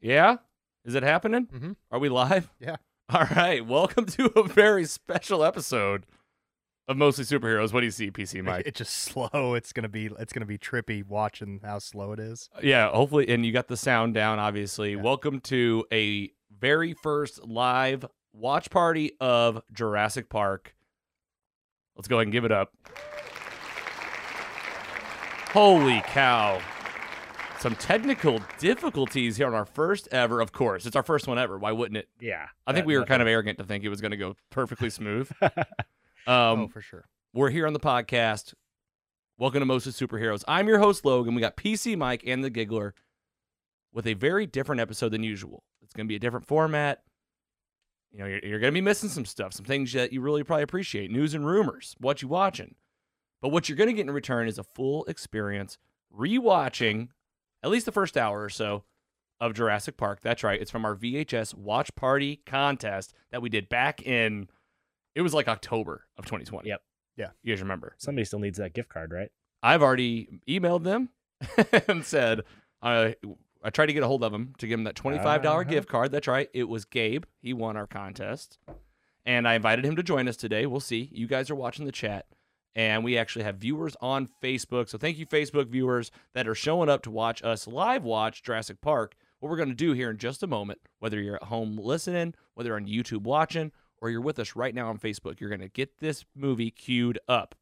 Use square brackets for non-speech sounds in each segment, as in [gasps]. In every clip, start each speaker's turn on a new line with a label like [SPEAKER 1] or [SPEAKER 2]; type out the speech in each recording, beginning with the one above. [SPEAKER 1] Yeah? Is it happening?
[SPEAKER 2] Mhm.
[SPEAKER 1] Are we live?
[SPEAKER 2] Yeah.
[SPEAKER 1] [laughs] All right. Welcome to a very special episode of Mostly Superheroes. What do you see,
[SPEAKER 2] [laughs]
[SPEAKER 1] PC Mike?
[SPEAKER 2] It's just slow. It's gonna be it's gonna be trippy watching how slow it is.
[SPEAKER 1] yeah, hopefully. And you got the sound down, obviously.
[SPEAKER 2] Yeah.
[SPEAKER 1] Welcome to a very first live watch party of Jurassic Park. Let's go ahead and give it up. Holy cow. Some technical difficulties here on our first ever, of course. It's our first one ever. Why wouldn't it?
[SPEAKER 2] Yeah,
[SPEAKER 1] I think we were kind of arrogant to think it was going to go perfectly smooth. um,
[SPEAKER 2] oh for sure.
[SPEAKER 1] We're here on the podcast. Welcome to Mostly Superheroes. I'm your host, Logan. We got PC Mike and the Giggler with a very different episode than usual. It's going to be a different format. You know, you're, you're going to be missing some stuff, some things that you really probably appreciate news and rumors, what you watching. But what you're going to get in return is a full experience rewatching at least the first hour or so of Jurassic Park. That's right. It's from our VHS watch party contest that we did back in, it was like October of 2020.
[SPEAKER 3] Yep.
[SPEAKER 2] Yeah.
[SPEAKER 1] You guys remember?
[SPEAKER 3] Somebody still needs that gift card, right?
[SPEAKER 1] I've already emailed them [laughs] and said I I tried to get a hold of him to give him that twenty five dollar
[SPEAKER 3] Uh-huh.
[SPEAKER 1] gift card. That's right. It was Gabe. He won our contest, and I invited him to join us today. We'll see. You guys are watching the chat, and we actually have viewers on Facebook. So thank you, Facebook viewers that are showing up to watch us live watch Jurassic Park. What we're going to do here in just a moment, whether you're at home listening, whether you're on YouTube watching, or you're with us right now on Facebook, you're going to get this movie queued up.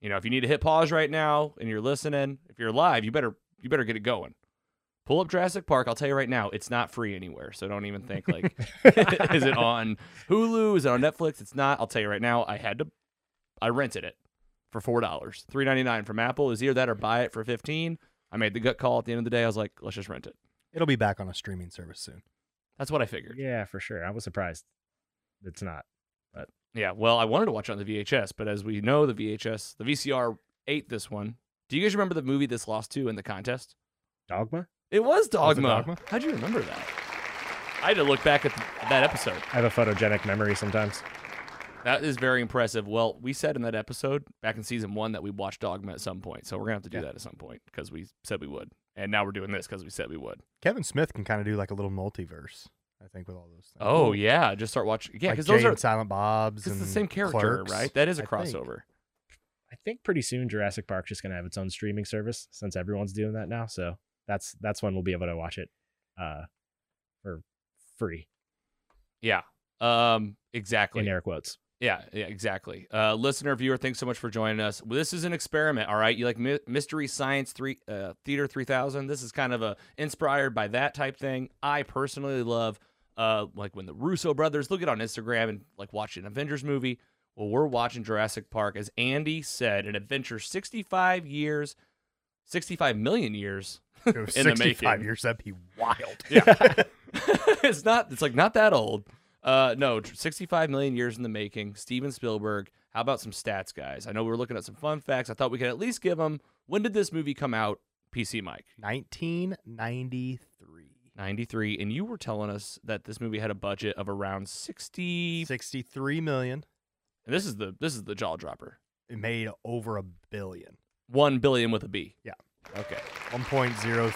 [SPEAKER 1] You know, if you need to hit pause right now and you're listening, if you're live, you better you better get it going. Pull up Jurassic Park. I'll tell you right now, it's not free anywhere. So don't even think like, [laughs] [laughs] is it on Hulu? Is it on Netflix? It's not. I'll tell you right now, I had to, I rented it for four dollars, three ninety nine from Apple. Is either that or buy it for fifteen. I made the gut call at the end of the day. I was like, let's just rent it.
[SPEAKER 2] It'll be back on a streaming service soon.
[SPEAKER 1] That's what I figured.
[SPEAKER 3] [laughs] Yeah, for sure. I was surprised. It's not.
[SPEAKER 1] Yeah, well, I wanted to watch it on the VHS, but as we know, the VHS, the VCR ate this one. Do you guys remember the movie this lost to in the contest?
[SPEAKER 3] Dogma?
[SPEAKER 1] It was
[SPEAKER 2] Was it
[SPEAKER 1] Dogma.
[SPEAKER 2] Dogma?
[SPEAKER 1] How'd you remember that? I had to look back at th- that episode.
[SPEAKER 3] I have a photogenic memory sometimes.
[SPEAKER 1] That is very impressive. Well, we said in that episode back in season one that we watched Dogma at some point, so we're gonna have to do
[SPEAKER 2] Yeah.
[SPEAKER 1] that at some point because we said we would, and now we're doing this because we said we would.
[SPEAKER 2] Kevin Smith can kind of do like a little multiverse. I think with all those things.
[SPEAKER 1] Oh yeah, just start watching. Yeah,
[SPEAKER 2] like
[SPEAKER 1] because
[SPEAKER 2] Jay
[SPEAKER 1] those are
[SPEAKER 2] and Silent Bob's.
[SPEAKER 1] cause it's the
[SPEAKER 2] and
[SPEAKER 1] same character,
[SPEAKER 2] Clerks,
[SPEAKER 1] right? That is a
[SPEAKER 2] I think. [laughs]
[SPEAKER 1] crossover.
[SPEAKER 3] I think pretty soon Jurassic Park's just gonna have its own streaming service since everyone's doing that now. So that's that's when we'll be able to watch it uh for free.
[SPEAKER 1] Yeah. Um. Exactly.
[SPEAKER 3] In air quotes.
[SPEAKER 1] Yeah, yeah, exactly. Uh, listener, viewer, thanks so much for joining us. Well, this is an experiment, all right. You like my- mystery science three uh, theater three thousand. This is kind of a inspired by that type thing. I personally love uh, like when the Russo brothers look at on Instagram and like watch an Avengers movie. Well, we're watching Jurassic Park, as Andy said, an adventure sixty five years, sixty five million years.
[SPEAKER 2] It was
[SPEAKER 1] in the
[SPEAKER 2] 65
[SPEAKER 1] making.
[SPEAKER 2] years. That'd be wild.
[SPEAKER 1] [laughs]
[SPEAKER 2] [laughs]
[SPEAKER 1] Yeah. [laughs] it's not it's like not that old. Uh no, tr- 65 million years in the making. Steven Spielberg. How about some stats, guys? I know we are looking at some fun facts. I thought we could at least give them. When did this movie come out? PC Mike.
[SPEAKER 2] 1993.
[SPEAKER 1] 93 and you were telling us that this movie had a budget of around 60
[SPEAKER 2] 63 million.
[SPEAKER 1] and this is the this is the jaw dropper.
[SPEAKER 2] It made over a billion.
[SPEAKER 1] 1 billion with a B.
[SPEAKER 2] Yeah.
[SPEAKER 1] Okay.
[SPEAKER 2] 1.033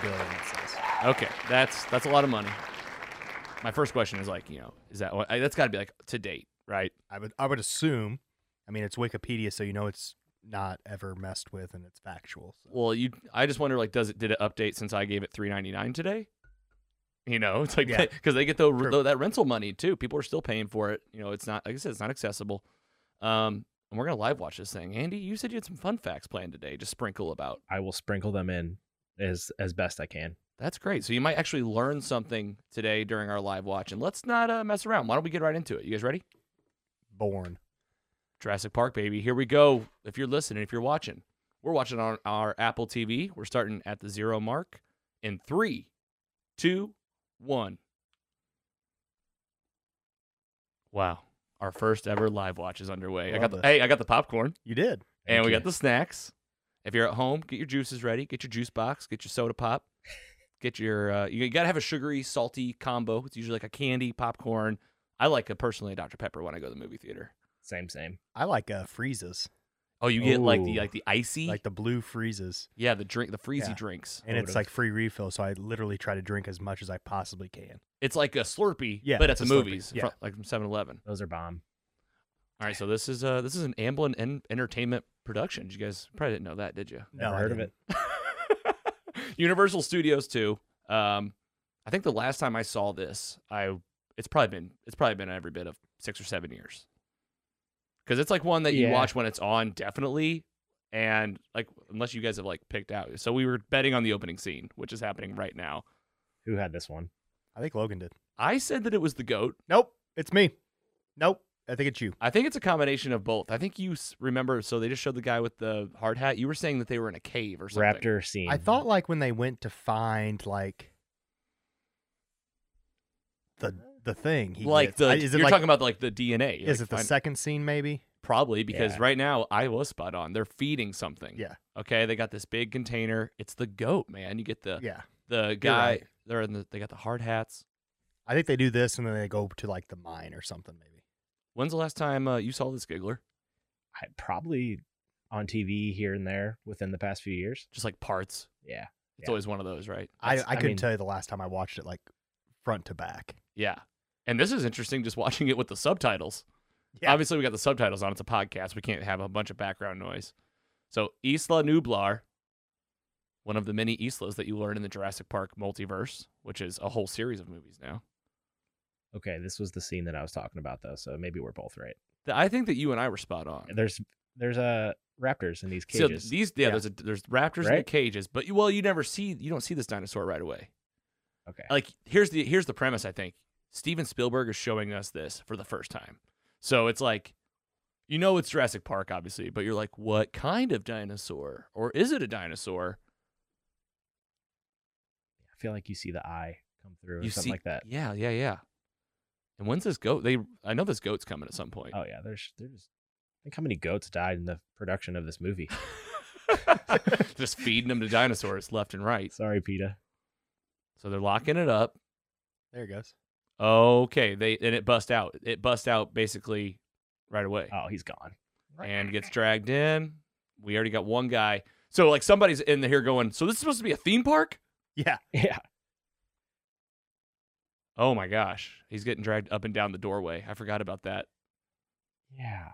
[SPEAKER 2] billion. It says.
[SPEAKER 1] Okay, that's that's a lot of money. My first question is like, you know, is that what- I, that's got to be like to date, right?
[SPEAKER 2] I would I would assume. I mean, it's Wikipedia, so you know it's not ever messed with and it's factual. So.
[SPEAKER 1] Well, you, I just wonder, like, does it did it update since I gave it three ninety nine today? You know, it's like [laughs]
[SPEAKER 2] Yeah.
[SPEAKER 1] because they get the,
[SPEAKER 2] True.
[SPEAKER 1] the that rental money too. People are still paying for it. You know, it's not like I said, it's not accessible. Um, and we're gonna live watch this thing. Andy, you said you had some fun facts planned today. Just sprinkle about.
[SPEAKER 3] I will sprinkle them in as as best I can.
[SPEAKER 1] That's great. So you might actually learn something today during our live watch. And let's not uh, mess around. Why don't we get right into it? You guys ready?
[SPEAKER 2] Born.
[SPEAKER 1] Jurassic Park, baby. Here we go. If you're listening, if you're watching, we're watching on our Apple TV. We're starting at the zero mark in three, two, one. Wow. Our first ever live watch is underway. I got
[SPEAKER 2] Love
[SPEAKER 1] the,
[SPEAKER 2] this.
[SPEAKER 1] hey, I got the popcorn
[SPEAKER 2] You did.
[SPEAKER 1] and
[SPEAKER 3] Thank
[SPEAKER 1] we
[SPEAKER 3] you.
[SPEAKER 1] got the snacks. If you're at home, get your juices ready. Get your juice box. Get your soda pop. Get your uh, you gotta have a sugary, salty combo. It's usually like a candy, popcorn. I like a personally a Dr Pepper when I go to the movie theater.
[SPEAKER 3] same same.
[SPEAKER 2] I like uh, freezes.
[SPEAKER 1] Oh, you get like the
[SPEAKER 3] Ooh.
[SPEAKER 1] like the icy,
[SPEAKER 2] like the blue freezes,
[SPEAKER 1] yeah, the drink, the freezy
[SPEAKER 2] Yeah.
[SPEAKER 1] drinks.
[SPEAKER 2] and
[SPEAKER 3] Sort
[SPEAKER 2] it's
[SPEAKER 3] of.
[SPEAKER 2] like free refill. So I literally try to drink as much as I possibly can.
[SPEAKER 1] It's like a Slurpee,
[SPEAKER 2] Yeah,
[SPEAKER 1] but at
[SPEAKER 2] it's
[SPEAKER 1] the
[SPEAKER 2] a Slurpee.
[SPEAKER 1] movies,
[SPEAKER 2] Yeah.
[SPEAKER 1] fro- like from 7-Eleven.
[SPEAKER 3] Those are bomb.
[SPEAKER 1] All right, so this is uh this is an Amblin en- Entertainment production. You guys probably didn't know that, did you? [laughs]
[SPEAKER 3] Never
[SPEAKER 2] I
[SPEAKER 3] heard of
[SPEAKER 2] didn't.
[SPEAKER 3] it.
[SPEAKER 1] Universal Studios too. Um, I think the last time I saw this, I it's probably been it's probably been every bit of six or seven years. Because it's like one that you
[SPEAKER 3] Yeah.
[SPEAKER 1] watch when it's on, definitely, and like unless you guys have like picked out. So we were betting on the opening scene, which is happening right now.
[SPEAKER 3] Who had this one?
[SPEAKER 2] I think Logan did.
[SPEAKER 1] I said that it was the goat.
[SPEAKER 2] Nope, it's me. Nope, I think it's you.
[SPEAKER 1] I think it's a combination of both. I think you s- remember. So they just showed the guy with the hard hat. You were saying that they were in a cave or something.
[SPEAKER 3] Raptor scene.
[SPEAKER 2] I thought like when they went to find like the the thing. He
[SPEAKER 1] like
[SPEAKER 2] gets-
[SPEAKER 1] the
[SPEAKER 2] I- is it
[SPEAKER 1] you're
[SPEAKER 2] like
[SPEAKER 1] talking about like the DNA.
[SPEAKER 2] is
[SPEAKER 1] like
[SPEAKER 2] it the
[SPEAKER 1] find-
[SPEAKER 2] second scene maybe?
[SPEAKER 1] Probably because
[SPEAKER 3] Yeah.
[SPEAKER 1] right now I was spot on. They're feeding something.
[SPEAKER 2] Yeah.
[SPEAKER 1] Okay. They got this big container. It's the goat, man. You get the
[SPEAKER 2] Yeah,
[SPEAKER 1] the guy.
[SPEAKER 2] right.
[SPEAKER 1] They're in the, they got the hard hats.
[SPEAKER 2] I think they do this and then they go to like the mine or something maybe.
[SPEAKER 1] When's the last time uh, you saw this giggler?
[SPEAKER 3] I, probably on TV here and there within the past few years.
[SPEAKER 1] Just like parts.
[SPEAKER 3] Yeah.
[SPEAKER 1] It's
[SPEAKER 3] Yeah.
[SPEAKER 1] always one of those, right?
[SPEAKER 2] I, I,
[SPEAKER 3] That's- I
[SPEAKER 2] couldn't
[SPEAKER 3] mean-
[SPEAKER 2] tell you the last time I watched it like front to back.
[SPEAKER 1] Yeah. And this is interesting just [laughs] watching it with the subtitles.
[SPEAKER 2] Yeah.
[SPEAKER 1] Obviously, we got the subtitles on. It's a podcast. We can't have a bunch of background noise. So, Isla Nublar, one of the many Islas that you learn in the Jurassic Park multiverse, which is a whole series of movies now.
[SPEAKER 3] Okay, this was the scene that I was talking about though, so maybe we're both right.
[SPEAKER 1] Th- I think that you and I were spot on.
[SPEAKER 3] There's there's uh raptors in these
[SPEAKER 1] So
[SPEAKER 3] cages.
[SPEAKER 1] these, yeah,
[SPEAKER 2] Yeah.
[SPEAKER 1] there's a, there's raptors in the
[SPEAKER 3] Right?
[SPEAKER 1] cages, but you- well, you never see, you don't see this dinosaur right away.
[SPEAKER 3] okay.
[SPEAKER 1] Like here's the here's the premise. I think Steven Spielberg is showing us this for the first time, so it's like, you know, it's Jurassic Park, obviously, but you're like, what kind of dinosaur, or is it a dinosaur?
[SPEAKER 3] I feel like you see the eye come through or
[SPEAKER 1] you
[SPEAKER 3] something like that.
[SPEAKER 1] Yeah, yeah, yeah. And when's this goat? They, I know this goat's coming at some point.
[SPEAKER 3] Oh yeah, there's there's think how many goats died in the production of this movie.
[SPEAKER 1] [laughs] Just feeding them to dinosaurs left and right. [laughs]
[SPEAKER 3] Sorry, PETA.
[SPEAKER 1] So they're locking it up.
[SPEAKER 2] There it goes.
[SPEAKER 1] Okay, they and it bust out. It bust out basically right away
[SPEAKER 3] Oh, he's gone. [laughs]
[SPEAKER 1] and gets dragged in. We already got one guy. So like somebody's in here going, "So this is supposed to be a theme park?"
[SPEAKER 2] Yeah.
[SPEAKER 3] Yeah.
[SPEAKER 1] Oh my gosh, he's getting dragged up and down the doorway. I forgot about that.
[SPEAKER 3] Yeah.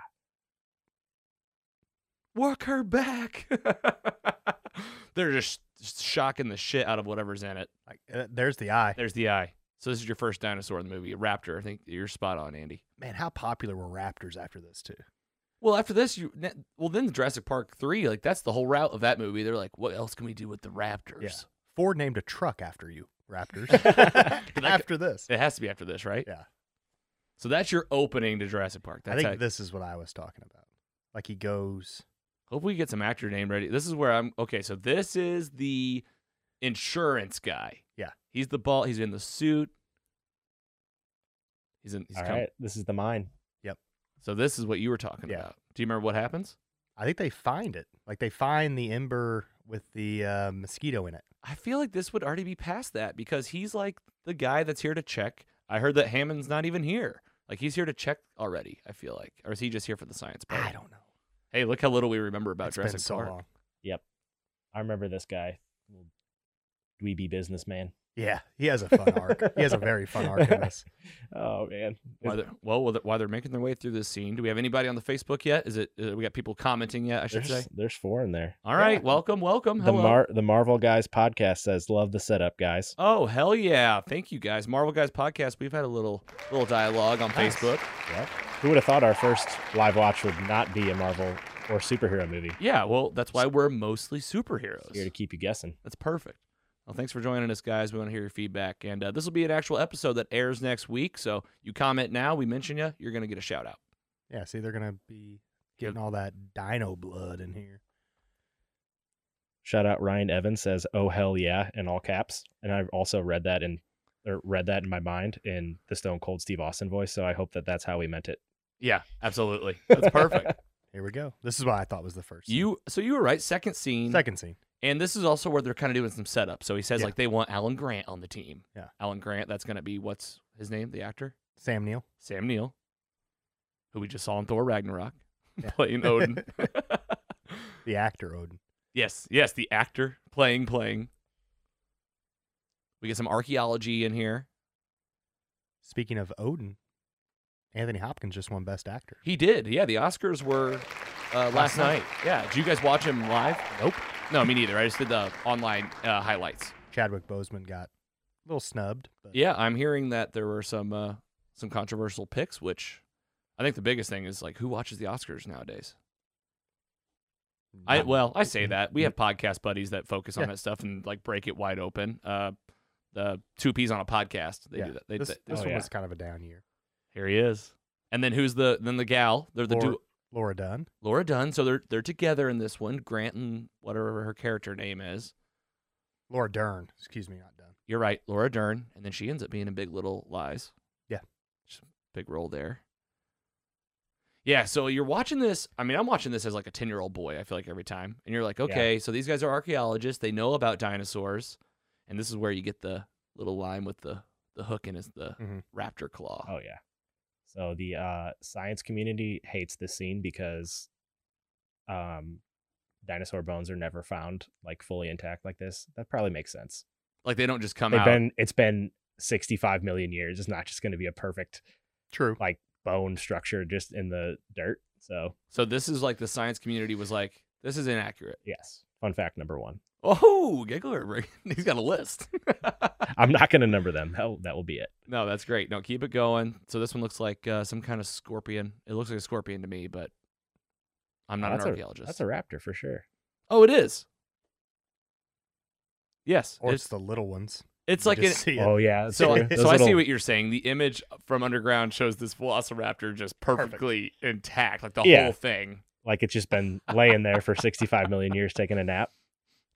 [SPEAKER 1] Work her back. [laughs] They're just shocking the shit out of whatever's in it.
[SPEAKER 2] Like uh, there's the eye.
[SPEAKER 1] There's the eye. So this is your first dinosaur in the movie, a raptor. I think you're spot on, Andy.
[SPEAKER 2] Man, how popular were raptors after this too?
[SPEAKER 1] Well, after this, you ne- well then the Jurassic Park three, like that's the whole route of that movie. They're like, what else can we do with the raptors?
[SPEAKER 2] Yeah. Ford named a truck after you,
[SPEAKER 1] [laughs]
[SPEAKER 2] raptors.
[SPEAKER 1] could-
[SPEAKER 2] after this.
[SPEAKER 1] It has to be after this, right?
[SPEAKER 2] Yeah.
[SPEAKER 1] So that's your opening to Jurassic Park. That's
[SPEAKER 2] I think
[SPEAKER 1] how-
[SPEAKER 2] this is what I was talking about. Like he goes
[SPEAKER 1] hope we get some actor name ready. This is where I'm okay. So this is the insurance guy.
[SPEAKER 2] Yeah.
[SPEAKER 1] He's the ball. He's in the suit. He's in. He's
[SPEAKER 3] All
[SPEAKER 1] coming.
[SPEAKER 3] right, this is the mine.
[SPEAKER 1] So this is what you were talking
[SPEAKER 2] Yeah.
[SPEAKER 1] about. Do you remember what happens?
[SPEAKER 2] I think they find it. Like they find the ember with the uh, mosquito in it.
[SPEAKER 1] I feel like this would already be past that because he's like the guy that's here to check. I heard that Hammond's not even here. Like he's here to check already. I feel like, or is he just here for the science part?
[SPEAKER 2] I don't know.
[SPEAKER 1] Hey, look how little we remember about
[SPEAKER 2] It's
[SPEAKER 1] Jurassic
[SPEAKER 2] been so
[SPEAKER 1] Park.
[SPEAKER 2] long.
[SPEAKER 3] I remember this guy, little dweeby businessman.
[SPEAKER 2] Yeah, he has a fun arc. He has a very fun arc
[SPEAKER 1] [laughs]
[SPEAKER 2] in this.
[SPEAKER 3] Oh man.
[SPEAKER 1] Why they're, well, while they're- while they're making their way through this scene, do we have anybody on the Facebook yet? Is it uh, we got people commenting yet? I should
[SPEAKER 3] There's,
[SPEAKER 1] say.
[SPEAKER 3] there's four in there.
[SPEAKER 1] All right,
[SPEAKER 2] Yeah.
[SPEAKER 1] welcome, welcome.
[SPEAKER 3] The
[SPEAKER 1] Hello.
[SPEAKER 3] Mar the Marvel Guys podcast says, "Love the setup, guys."
[SPEAKER 1] oh hell yeah! Thank you guys, Marvel Guys Podcast. We've had a little little dialogue on
[SPEAKER 2] Nice.
[SPEAKER 1] Facebook.
[SPEAKER 3] Yep. Who would have thought our first live watch would not be a Marvel or superhero movie?
[SPEAKER 1] Yeah, well, that's why we're mostly superheroes.
[SPEAKER 3] Here to keep you guessing.
[SPEAKER 1] That's perfect. Well, thanks for joining us, guys. We want to hear your feedback, and uh, this will be an actual episode that airs next week. So you comment now, we mention you, you're gonna get a shout out.
[SPEAKER 2] Yeah, see, they're gonna be getting all that dino blood in here.
[SPEAKER 3] Shout out Ryan Evans says, "Oh hell yeah!" in all caps. And I've also read that in or read that in my mind in the Stone Cold Steve Austin voice. So I hope that that's how we meant it.
[SPEAKER 1] Yeah, absolutely. That's
[SPEAKER 3] [laughs]
[SPEAKER 1] perfect.
[SPEAKER 2] [laughs] Here we go. This is what I thought was the first. scene.
[SPEAKER 1] you so you were right. Second scene.
[SPEAKER 2] second scene.
[SPEAKER 1] And this is also where they're kind of doing some setup. So he says
[SPEAKER 2] Yeah.
[SPEAKER 1] like they want Alan Grant on the team.
[SPEAKER 2] Yeah.
[SPEAKER 1] Alan Grant. That's gonna be what's his name, the actor
[SPEAKER 2] Sam Neill.
[SPEAKER 1] Sam Neill, who we just saw in Thor Ragnarok [laughs]
[SPEAKER 2] Yeah. [laughs]
[SPEAKER 1] playing Odin.
[SPEAKER 2] The actor Odin.
[SPEAKER 1] Yes, yes, the actor playing playing. We get some archaeology in here.
[SPEAKER 2] Speaking of Odin, Anthony Hopkins just won Best Actor.
[SPEAKER 1] He did. Yeah, the Oscars were uh, last,
[SPEAKER 2] Last
[SPEAKER 1] night.
[SPEAKER 2] night.
[SPEAKER 1] Yeah. Did you guys watch him live?
[SPEAKER 2] Nope.
[SPEAKER 1] No, me neither. I just did the online uh, highlights.
[SPEAKER 2] Chadwick Boseman got a little snubbed. But
[SPEAKER 1] Yeah, I'm hearing that there were some uh, some controversial picks, which I think the biggest thing is like who watches the Oscars nowadays. I
[SPEAKER 2] not-
[SPEAKER 1] well, I say that we have podcast buddies that focus on that stuff and like break it wide open. Uh, the two peas on a podcast. They
[SPEAKER 2] yeah,
[SPEAKER 1] do that. They,
[SPEAKER 2] this
[SPEAKER 1] they-
[SPEAKER 2] this
[SPEAKER 3] oh,
[SPEAKER 2] one
[SPEAKER 3] yeah.
[SPEAKER 2] was kind of a down year.
[SPEAKER 1] here he is. And then who's the then the gal? They're the
[SPEAKER 2] Laura,
[SPEAKER 1] duo.
[SPEAKER 2] Laura Dunn.
[SPEAKER 1] Laura Dunn. So they're they're together in this one. Grant and whatever her character name is.
[SPEAKER 2] Laura Dern. Excuse me, not Dunn.
[SPEAKER 1] You're right, Laura Dern. And then she ends up being in Big Little Lies.
[SPEAKER 2] Yeah.
[SPEAKER 1] Just a big role there. Yeah, so you're watching this. I mean, I'm watching this as like a 10 year old boy, I feel like every time. And you're like, okay, so these guys are archaeologists. They know about dinosaurs. And this is where you get the little line with the, the hook in his the
[SPEAKER 2] Mhm.
[SPEAKER 1] raptor claw.
[SPEAKER 3] Mm-hmm. Oh yeah. So the uh, science community hates this scene because um, dinosaur bones are never found like fully intact like this. That probably makes sense.
[SPEAKER 1] Like they don't just come
[SPEAKER 3] They've
[SPEAKER 1] out.
[SPEAKER 3] been it's been 65 million years. It's not just going to be a perfect
[SPEAKER 2] True.
[SPEAKER 3] bone structure just in the dirt. So
[SPEAKER 1] so this is like the science community was like, this is inaccurate.
[SPEAKER 3] yes, fun fact number one.
[SPEAKER 1] Oh, Giggler, [laughs] he's got a list. [laughs]
[SPEAKER 3] I'm not going to number them. That will, that will be it.
[SPEAKER 1] No, that's great. No, keep it going. So this one looks like uh, some kind of scorpion. It looks like a scorpion to me, but I'm not
[SPEAKER 3] Oh, That's
[SPEAKER 1] an
[SPEAKER 3] a-
[SPEAKER 1] archaeologist.
[SPEAKER 3] That's a raptor for sure.
[SPEAKER 1] Oh, it is. Yes,
[SPEAKER 2] Or it's,
[SPEAKER 1] it's
[SPEAKER 2] the little ones.
[SPEAKER 1] it's
[SPEAKER 2] You
[SPEAKER 1] like an,
[SPEAKER 2] just see it.
[SPEAKER 3] Oh yeah. [laughs] that's
[SPEAKER 1] so. I-
[SPEAKER 3] true.
[SPEAKER 1] so
[SPEAKER 3] Those
[SPEAKER 1] I see
[SPEAKER 3] little-
[SPEAKER 1] what you're saying. The image from underground shows this Velociraptor just perfectly intact, like the
[SPEAKER 3] Yeah.
[SPEAKER 1] whole thing.
[SPEAKER 3] like it's just been laying there for 65 million years taking a nap.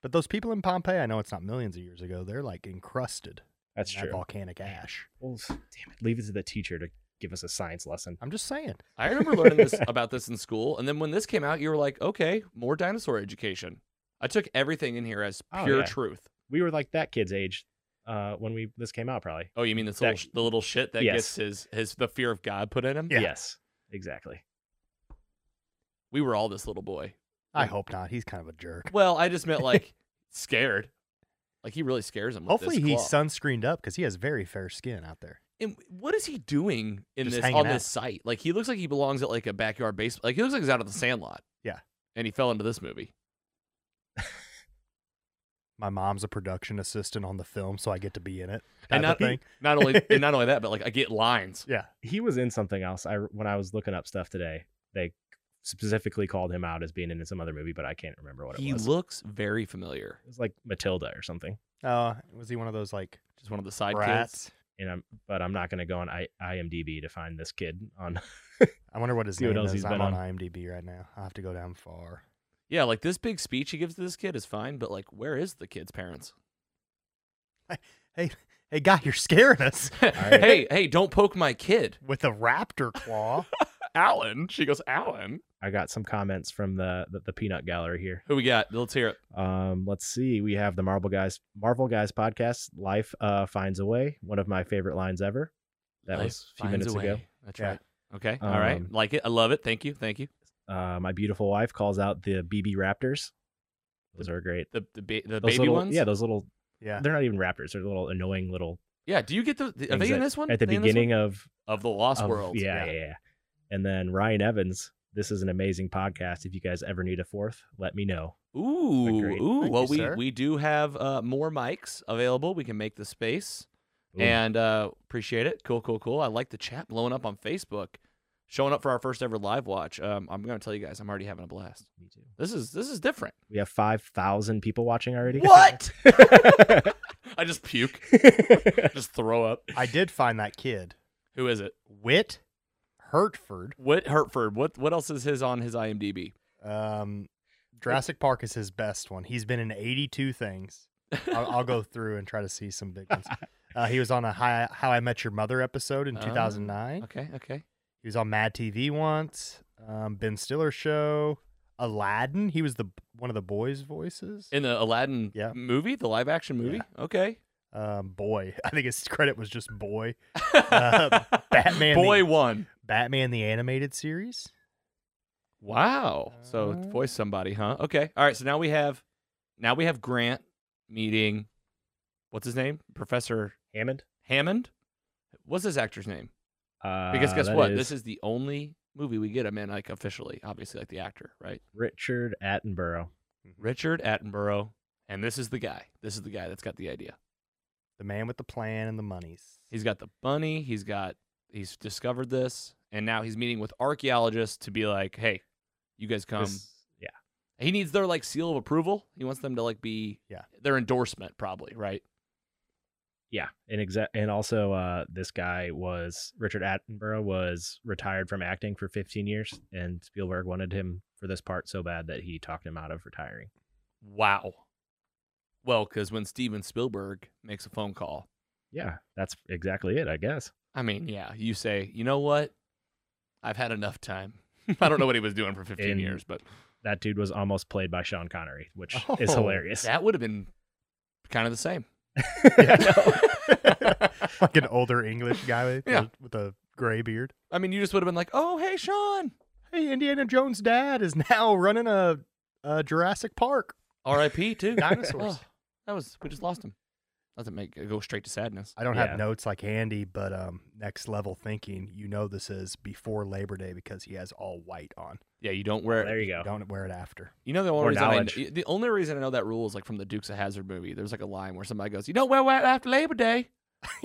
[SPEAKER 2] But those people in Pompeii, I know it's not millions of years ago. They're like encrusted
[SPEAKER 3] That's
[SPEAKER 2] in that
[SPEAKER 3] true.
[SPEAKER 2] volcanic ash.
[SPEAKER 3] Well, s- damn it. Leave it to the teacher to give us a science lesson.
[SPEAKER 2] I'm just saying.
[SPEAKER 1] I remember learning this [laughs] about this in school, and then when this came out, you were like, "Okay, more dinosaur education." I took everything in here as
[SPEAKER 3] Oh,
[SPEAKER 1] pure
[SPEAKER 3] yeah.
[SPEAKER 1] truth.
[SPEAKER 3] We were like that kid's age uh, when we this came out, probably.
[SPEAKER 1] Oh, you mean this
[SPEAKER 3] That-
[SPEAKER 1] little, sh- the little shit that
[SPEAKER 3] Yes.
[SPEAKER 1] gets his his the fear of God put in him?
[SPEAKER 2] Yeah.
[SPEAKER 3] Yes, exactly.
[SPEAKER 1] we were all this little
[SPEAKER 2] [laughs]
[SPEAKER 1] boy.
[SPEAKER 2] I hope not. He's kind of a jerk.
[SPEAKER 1] Well, I just meant
[SPEAKER 2] [laughs]
[SPEAKER 1] like scared. Like he really scares him. With
[SPEAKER 2] Hopefully
[SPEAKER 1] this
[SPEAKER 2] he's
[SPEAKER 1] claw.
[SPEAKER 2] sunscreened up because he has very fair skin out there.
[SPEAKER 1] And what is he doing in
[SPEAKER 2] Just
[SPEAKER 1] this
[SPEAKER 2] hanging
[SPEAKER 1] on
[SPEAKER 2] out.
[SPEAKER 1] this site? Like he looks like he belongs at like a backyard base. Like he looks like he's out of the Sandlot.
[SPEAKER 2] Yeah.
[SPEAKER 1] and he fell into this movie.
[SPEAKER 2] My mom's a production assistant on the film, so I get to be in it.
[SPEAKER 1] And
[SPEAKER 2] type of
[SPEAKER 1] not,
[SPEAKER 2] thing.
[SPEAKER 1] not only and not only that, but like I get
[SPEAKER 2] [laughs]
[SPEAKER 1] lines.
[SPEAKER 2] Yeah.
[SPEAKER 3] He was in something else. I when I was looking up stuff today, they specifically called him out as being in some other movie, but I can't remember what it
[SPEAKER 1] He
[SPEAKER 3] was.
[SPEAKER 1] looks very familiar.
[SPEAKER 3] it was like Matilda or something.
[SPEAKER 2] Oh, was he one of those like
[SPEAKER 1] Just one of the side kids.
[SPEAKER 2] brats?
[SPEAKER 3] And I'm but I'm not going to go on I, IMDb to find this kid on. [laughs]
[SPEAKER 2] I wonder what his
[SPEAKER 3] See what
[SPEAKER 2] name
[SPEAKER 3] else
[SPEAKER 2] is.
[SPEAKER 3] he's
[SPEAKER 2] I'm
[SPEAKER 3] been
[SPEAKER 2] on
[SPEAKER 3] on.
[SPEAKER 2] IMDb right now. I will have to go down far.
[SPEAKER 1] Yeah, like this big speech he gives to this kid is fine, but like where is the kid's parents?
[SPEAKER 2] Hey, guy, you're scaring us [laughs]
[SPEAKER 1] [laughs]
[SPEAKER 2] right.
[SPEAKER 1] hey, hey, don't poke my kid,
[SPEAKER 2] with a raptor
[SPEAKER 3] [laughs]
[SPEAKER 2] claw.
[SPEAKER 1] Alan. She goes, Alan.
[SPEAKER 3] I got some comments from the the, the peanut gallery here.
[SPEAKER 1] Who we got? Let's hear it.
[SPEAKER 3] Um, let's see. We have the Marvel Guys Marvel Guys podcast. Life uh, finds a way. One of my favorite lines ever. That
[SPEAKER 1] Life
[SPEAKER 3] was a few
[SPEAKER 1] finds
[SPEAKER 3] minutes
[SPEAKER 1] way.
[SPEAKER 3] ago.
[SPEAKER 1] That's
[SPEAKER 2] Yeah.
[SPEAKER 1] right. Okay. All right.
[SPEAKER 3] Um,
[SPEAKER 1] Like it. I love it. Thank you. Thank you.
[SPEAKER 3] Uh, my beautiful wife calls out the BB Raptors. Those are great.
[SPEAKER 1] The the, ba- the
[SPEAKER 3] Those
[SPEAKER 1] baby
[SPEAKER 3] little-
[SPEAKER 1] ones.
[SPEAKER 3] Yeah, those little.
[SPEAKER 2] Yeah.
[SPEAKER 3] They're not even raptors. They're little annoying little.
[SPEAKER 1] Yeah. Do you get the? Are
[SPEAKER 3] things
[SPEAKER 1] they in
[SPEAKER 3] that-
[SPEAKER 1] this one?
[SPEAKER 3] At the
[SPEAKER 1] They in this one?
[SPEAKER 3] beginning of,
[SPEAKER 1] of the Lost
[SPEAKER 3] of-
[SPEAKER 1] World.
[SPEAKER 3] Yeah, yeah, yeah. And then Ryan Evans. This is an amazing podcast. If you guys ever need a fourth, let me know.
[SPEAKER 1] Ooh.
[SPEAKER 3] Agreed.
[SPEAKER 1] Ooh.
[SPEAKER 2] Thank
[SPEAKER 1] well,
[SPEAKER 2] you,
[SPEAKER 1] we
[SPEAKER 2] sir.
[SPEAKER 1] we do have uh, more mics available. We can make the space
[SPEAKER 3] Ooh,
[SPEAKER 1] and uh, appreciate it. Cool. Cool. Cool. I like the chat blowing up on Facebook. Showing up for our first ever live watch. Um, I'm gonna tell you guys, I'm already having a blast.
[SPEAKER 3] me too.
[SPEAKER 1] This is this is different.
[SPEAKER 3] We have five thousand people watching already.
[SPEAKER 1] What? [laughs] I just
[SPEAKER 2] [laughs]
[SPEAKER 1] puke, just throw up.
[SPEAKER 2] I did find that kid.
[SPEAKER 1] Who is it?
[SPEAKER 2] Whit Hertford.
[SPEAKER 1] What Hertford? What what else is his on his IMDb?
[SPEAKER 2] Um, Jurassic Park is his best one. He's been in 82 things. I'll,
[SPEAKER 1] [laughs]
[SPEAKER 2] I'll go through and try to see some big ones. Uh, he was on a Hi- How I Met Your Mother episode in
[SPEAKER 1] Ah,
[SPEAKER 2] 2009.
[SPEAKER 1] Okay, okay.
[SPEAKER 2] He was on Mad TV once. Um, ben Stiller show. Aladdin. He was the one of the boys' voices.
[SPEAKER 1] In the Aladdin
[SPEAKER 2] Yeah.
[SPEAKER 1] movie, the live action movie. Okay.
[SPEAKER 2] Um, boy. [laughs] I think his credit was just boy.
[SPEAKER 1] [laughs]
[SPEAKER 2] Uh, Batman
[SPEAKER 1] Boy
[SPEAKER 2] the-
[SPEAKER 1] one.
[SPEAKER 2] Batman the animated series.
[SPEAKER 1] Wow. So
[SPEAKER 3] Uh.
[SPEAKER 1] voice somebody, huh? Okay. All right. So now we have, now we have Grant meeting, what's his name? Professor
[SPEAKER 3] [laughs] Hammond.
[SPEAKER 1] Hammond. What's this actor's name?
[SPEAKER 3] Uh,
[SPEAKER 1] Because guess
[SPEAKER 3] that
[SPEAKER 1] what? This is the only movie we get him in, like officially, obviously, like the actor, right?
[SPEAKER 3] Richard Attenborough.
[SPEAKER 1] Richard Attenborough, and this is the guy. This is the guy that's got the idea.
[SPEAKER 2] The man with the plan and the monies. [laughs]
[SPEAKER 1] He's got the bunny. He's got he's discovered this, and now he's meeting with archaeologists to be like, hey, you guys come.
[SPEAKER 3] This- yeah,
[SPEAKER 1] He needs their like seal of approval. He wants them to like be
[SPEAKER 2] Yeah.
[SPEAKER 1] their endorsement, probably, right?
[SPEAKER 3] yeah, and exa- and also uh, this guy was Richard Attenborough was retired from acting for 15 years, and Spielberg wanted him for this part so bad that he talked him out of retiring.
[SPEAKER 1] Wow. Well, because when Steven Spielberg makes a phone call,
[SPEAKER 3] Yeah, that's exactly it, I guess.
[SPEAKER 1] I mean, yeah, you say, you know what? I've had enough time. [laughs] I don't know what he was doing for 15
[SPEAKER 3] And-
[SPEAKER 1] years, but
[SPEAKER 3] That dude was almost played by Sean Connery, which is
[SPEAKER 2] Oh,
[SPEAKER 3] hilarious.
[SPEAKER 1] that would have been kind of the same. [laughs]
[SPEAKER 2] [laughs] like an older English guy with,
[SPEAKER 1] Yeah.
[SPEAKER 2] with a gray beard.
[SPEAKER 1] I mean, you just would have been like, oh, hey, Sean.
[SPEAKER 2] Hey, Indiana Jones' dad is now running a, a Jurassic Park.
[SPEAKER 1] R.I.P.
[SPEAKER 3] [laughs]
[SPEAKER 1] too.
[SPEAKER 2] Dinosaurs.
[SPEAKER 1] Oh, that was, we just lost him. Doesn't make it go straight to sadness.
[SPEAKER 2] I don't
[SPEAKER 3] Yeah.
[SPEAKER 2] have notes like Andy, but um, next level thinking. You know this is before Labor Day because he has all white on.
[SPEAKER 1] Yeah, you don't wear
[SPEAKER 3] there you go.
[SPEAKER 2] Don't wear it after. [laughs]
[SPEAKER 1] You know the only
[SPEAKER 3] Or
[SPEAKER 1] reason I,
[SPEAKER 3] knowledge.
[SPEAKER 1] kn- the only reason I know that rule is like from the Dukes of Hazard movie. There's like a line where somebody goes, "You don't wear white after Labor Day."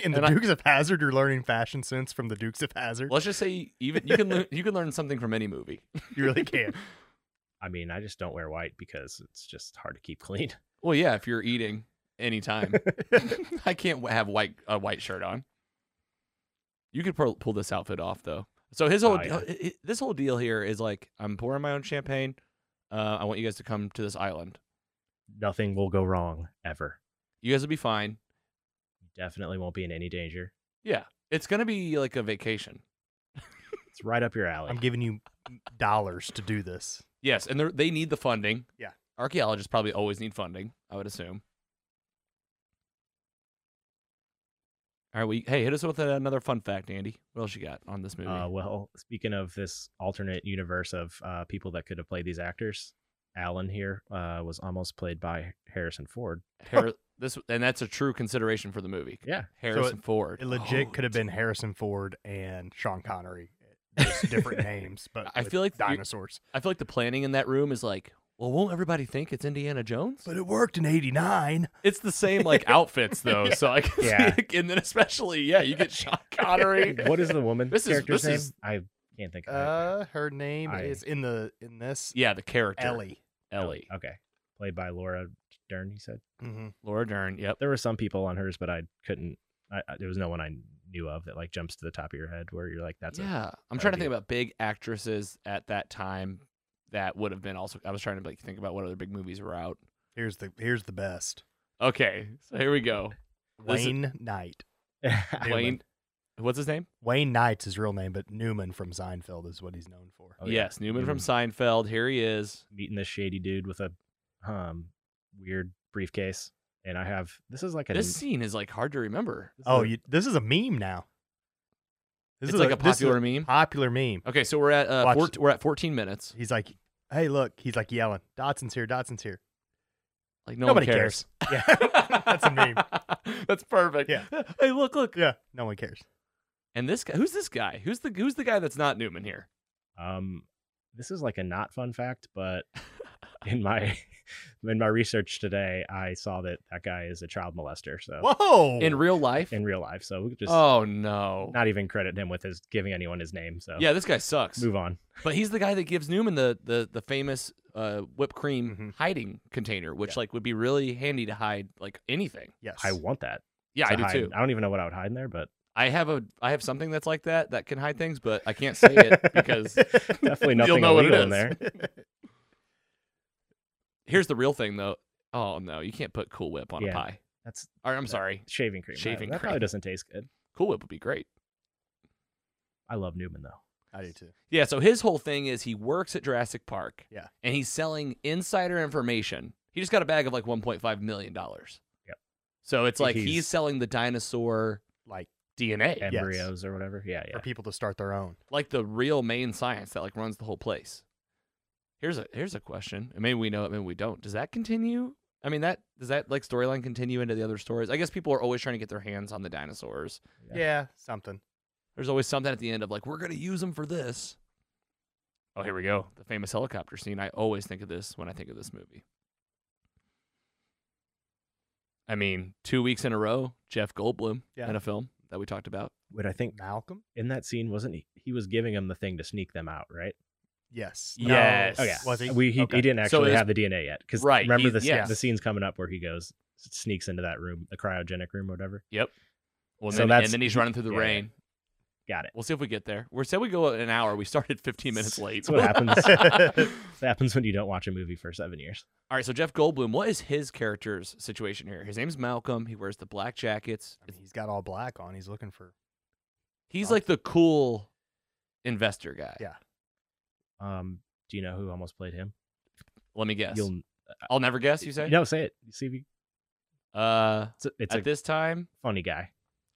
[SPEAKER 2] In the
[SPEAKER 1] And I-
[SPEAKER 2] Dukes of Hazard, you're learning fashion sense from the Dukes of Hazard.
[SPEAKER 1] Let's just say even you can lear- you can learn something from any movie.
[SPEAKER 2] You
[SPEAKER 1] [laughs]
[SPEAKER 2] really can.
[SPEAKER 3] I mean, I just don't wear white because it's just hard to keep [laughs] clean.
[SPEAKER 1] Well, yeah, if you're eating
[SPEAKER 3] [laughs]
[SPEAKER 1] anytime, I can't w- have white a white shirt on. You could pro- pull this outfit off though. So his whole
[SPEAKER 3] Oh, yeah.
[SPEAKER 1] uh, i- i- this whole deal here is like I'm pouring my own champagne. Uh, I want you guys to come to this island.
[SPEAKER 3] Nothing will go wrong ever.
[SPEAKER 1] You guys will be fine.
[SPEAKER 3] Definitely won't be in any danger.
[SPEAKER 1] Yeah, it's gonna be like a vacation.
[SPEAKER 3] It's right up your alley.
[SPEAKER 2] I'm giving you dollars to do this.
[SPEAKER 1] Yes, and they're- they need the funding.
[SPEAKER 2] Yeah.
[SPEAKER 1] Archaeologists probably always need funding, I would assume. All right, we hey, hit us with uh, another fun fact, Andy. What else you got on this movie?
[SPEAKER 3] Uh, well, speaking of this alternate universe of uh, people that could have played these actors, Alan here uh, was almost played by Harrison Ford.
[SPEAKER 1] [laughs] Har- this and that's a true consideration for the movie.
[SPEAKER 3] Yeah.
[SPEAKER 1] Harrison Ford.
[SPEAKER 2] It legit
[SPEAKER 1] Oh,
[SPEAKER 2] could have been Harrison Ford and Sean Connery.
[SPEAKER 1] [laughs]
[SPEAKER 2] Just different names, but
[SPEAKER 1] I
[SPEAKER 2] with
[SPEAKER 1] feel like you-
[SPEAKER 2] dinosaurs.
[SPEAKER 1] I feel like the planning in that room is like, well, won't everybody think it's Indiana Jones?
[SPEAKER 2] But it worked in '89.
[SPEAKER 1] It's the same like outfits though, so I can
[SPEAKER 3] Yeah.
[SPEAKER 1] see, and then especially yeah, you get Sean Connery.
[SPEAKER 3] What is the woman
[SPEAKER 1] This is-
[SPEAKER 3] character's
[SPEAKER 1] this is-
[SPEAKER 3] name? I can't think. of
[SPEAKER 2] Uh, her name
[SPEAKER 3] I-
[SPEAKER 2] is in the in this
[SPEAKER 1] yeah, the character
[SPEAKER 2] Ellie.
[SPEAKER 1] Ellie,
[SPEAKER 3] it. Oh, Okay, played by Laura Dern. He said
[SPEAKER 2] Mm-hmm.
[SPEAKER 1] Laura Dern. Yep.
[SPEAKER 3] there were some people on hers, but I couldn't. I, I- there was no one I knew of that like jumps to the top of your head where you're like, "That's a
[SPEAKER 1] yeah. i I'm
[SPEAKER 3] that
[SPEAKER 1] trying
[SPEAKER 3] would
[SPEAKER 1] to think
[SPEAKER 3] be-
[SPEAKER 1] about big actresses at that time that would have been also. I was trying to like think about what other big movies were out.
[SPEAKER 2] Here's the here's the best
[SPEAKER 1] Okay, so here we go. This is-
[SPEAKER 2] Wayne Knight.
[SPEAKER 3] yeah."
[SPEAKER 2] Newman.
[SPEAKER 1] Wayne, what's his name?
[SPEAKER 2] Wayne Knight's his real name, but Newman from Seinfeld is what he's known for.
[SPEAKER 3] Oh, yeah.
[SPEAKER 1] Yes, Newman from Seinfeld. Here he is.
[SPEAKER 3] [laughs] meeting this shady dude with a um weird briefcase, and I have this is like a
[SPEAKER 1] This scene is like hard to remember.
[SPEAKER 3] this is
[SPEAKER 2] Oh,
[SPEAKER 3] a-
[SPEAKER 2] you, this is a meme now. This
[SPEAKER 1] it's like a
[SPEAKER 2] this is
[SPEAKER 1] popular meme.
[SPEAKER 2] popular meme.
[SPEAKER 1] Okay, so we're at uh,
[SPEAKER 2] Watch-
[SPEAKER 1] four, we're at 14 minutes.
[SPEAKER 2] He's like, "Hey, look!" He's like yelling, "Dotson's here!
[SPEAKER 1] [laughs]
[SPEAKER 2] Dotson's here!"
[SPEAKER 1] Like no
[SPEAKER 2] Nobody
[SPEAKER 1] one cares.
[SPEAKER 2] cares. [laughs] Yeah, That's a meme.
[SPEAKER 1] [laughs] That's perfect.
[SPEAKER 2] Yeah.
[SPEAKER 1] [laughs] Hey, look, look.
[SPEAKER 2] yeah, no one cares.
[SPEAKER 1] And this guy, who's this guy? Who's the who's the guy that's not Newman here?
[SPEAKER 3] Um, this is like a not fun fact,
[SPEAKER 1] [laughs]
[SPEAKER 3] but in my in my research today, I saw that that guy is a child molester. So
[SPEAKER 2] Whoa!
[SPEAKER 1] Oh. In real life?
[SPEAKER 3] in real life, so we could just
[SPEAKER 1] oh no.
[SPEAKER 3] not even credit him with his giving anyone his name. So
[SPEAKER 1] Yeah, this guy sucks.
[SPEAKER 3] move on.
[SPEAKER 1] But he's the guy that gives Newman the the the famous uh, whipped cream
[SPEAKER 2] Mhm.
[SPEAKER 1] hiding container, which like would be really handy to hide like anything.
[SPEAKER 2] yes,
[SPEAKER 3] I want that.
[SPEAKER 1] Yeah,
[SPEAKER 3] to
[SPEAKER 1] I do
[SPEAKER 3] hide.
[SPEAKER 1] too.
[SPEAKER 3] I don't even know what I would hide in there, but
[SPEAKER 1] I have a I have something that's like that that can hide things, but I
[SPEAKER 2] [laughs]
[SPEAKER 1] can't say
[SPEAKER 3] [laughs]
[SPEAKER 1] it because [laughs]
[SPEAKER 3] definitely
[SPEAKER 1] You'll
[SPEAKER 3] nothing
[SPEAKER 1] know what it
[SPEAKER 3] illegal in
[SPEAKER 1] is.
[SPEAKER 3] there.
[SPEAKER 1] [laughs] here's the real thing though. Oh no, you can't put Cool Whip on a
[SPEAKER 3] Yeah.
[SPEAKER 1] pie.
[SPEAKER 3] That's
[SPEAKER 1] All right, I'm sorry.
[SPEAKER 3] shaving cream.
[SPEAKER 1] Shaving
[SPEAKER 3] that, that probably
[SPEAKER 1] cream.
[SPEAKER 3] doesn't taste good.
[SPEAKER 1] Cool Whip would be great.
[SPEAKER 3] I love Newman though.
[SPEAKER 2] I do too.
[SPEAKER 1] Yeah, so his whole thing is he works at Jurassic Park.
[SPEAKER 2] Yeah.
[SPEAKER 1] And he's selling insider information. He just got a bag of like 1.5 million dollars.
[SPEAKER 3] Yep.
[SPEAKER 1] So it's like he's,
[SPEAKER 3] He's-
[SPEAKER 1] selling the dinosaur
[SPEAKER 2] Like
[SPEAKER 1] DNA,
[SPEAKER 2] Yes.
[SPEAKER 3] Embryos or whatever. Yeah, yeah.
[SPEAKER 2] for people to start their own.
[SPEAKER 1] like the real main science that like runs the whole place. Here's a here's a question. And maybe we know it, maybe we don't. Does that continue? I mean, that does that like storyline continue into the other stories? I guess people are always trying to get their hands on the dinosaurs.
[SPEAKER 3] Yeah.
[SPEAKER 2] Yeah, something.
[SPEAKER 1] There's always something at the end of like, we're gonna use them for this. Oh, here we go. The famous helicopter scene. I always think of this when I think of this movie. I mean, two weeks in a row, Jeff Goldblum
[SPEAKER 2] Yeah.
[SPEAKER 1] in a film that we talked about.
[SPEAKER 3] But I think
[SPEAKER 2] Malcolm?
[SPEAKER 3] in that scene, wasn't he? He was giving him the thing to sneak them out, right?
[SPEAKER 2] Yes.
[SPEAKER 1] No. Yes.
[SPEAKER 3] Oh yeah.
[SPEAKER 2] Was he?
[SPEAKER 3] We, he,
[SPEAKER 2] Okay.
[SPEAKER 3] he didn't
[SPEAKER 1] So
[SPEAKER 3] actually
[SPEAKER 1] it's-
[SPEAKER 3] have the DNA yet because
[SPEAKER 1] Right,
[SPEAKER 3] remember
[SPEAKER 1] he's-
[SPEAKER 3] the, sc-
[SPEAKER 1] yeah.
[SPEAKER 3] the scene's coming up where he goes sneaks into that room, the cryogenic room, whatever.
[SPEAKER 1] Well, and,
[SPEAKER 3] So
[SPEAKER 1] then,
[SPEAKER 3] that's-
[SPEAKER 1] and then he's running through the
[SPEAKER 3] yeah.
[SPEAKER 1] rain.
[SPEAKER 3] Got it. [laughs]
[SPEAKER 1] We'll see if we get there. We're said we go an hour. We started 15 minutes late. [laughs]
[SPEAKER 3] That's what happens. That happens when you don't watch a movie for seven years.
[SPEAKER 1] All right. So Jeff Goldblum, what is his character's situation here? His name's Malcolm. He wears the black jackets.
[SPEAKER 2] I mean, he's got all black on. He's looking for.
[SPEAKER 1] He's
[SPEAKER 2] Awesome.
[SPEAKER 1] like the cool investor guy.
[SPEAKER 2] Yeah.
[SPEAKER 3] Um, do you know who almost played him?
[SPEAKER 1] Let me guess.
[SPEAKER 3] You'll
[SPEAKER 1] I'll never guess. You say?
[SPEAKER 3] no. Say it. See if you,
[SPEAKER 1] Uh,
[SPEAKER 3] it's a, it's
[SPEAKER 1] at
[SPEAKER 3] a
[SPEAKER 1] this time,
[SPEAKER 3] funny guy.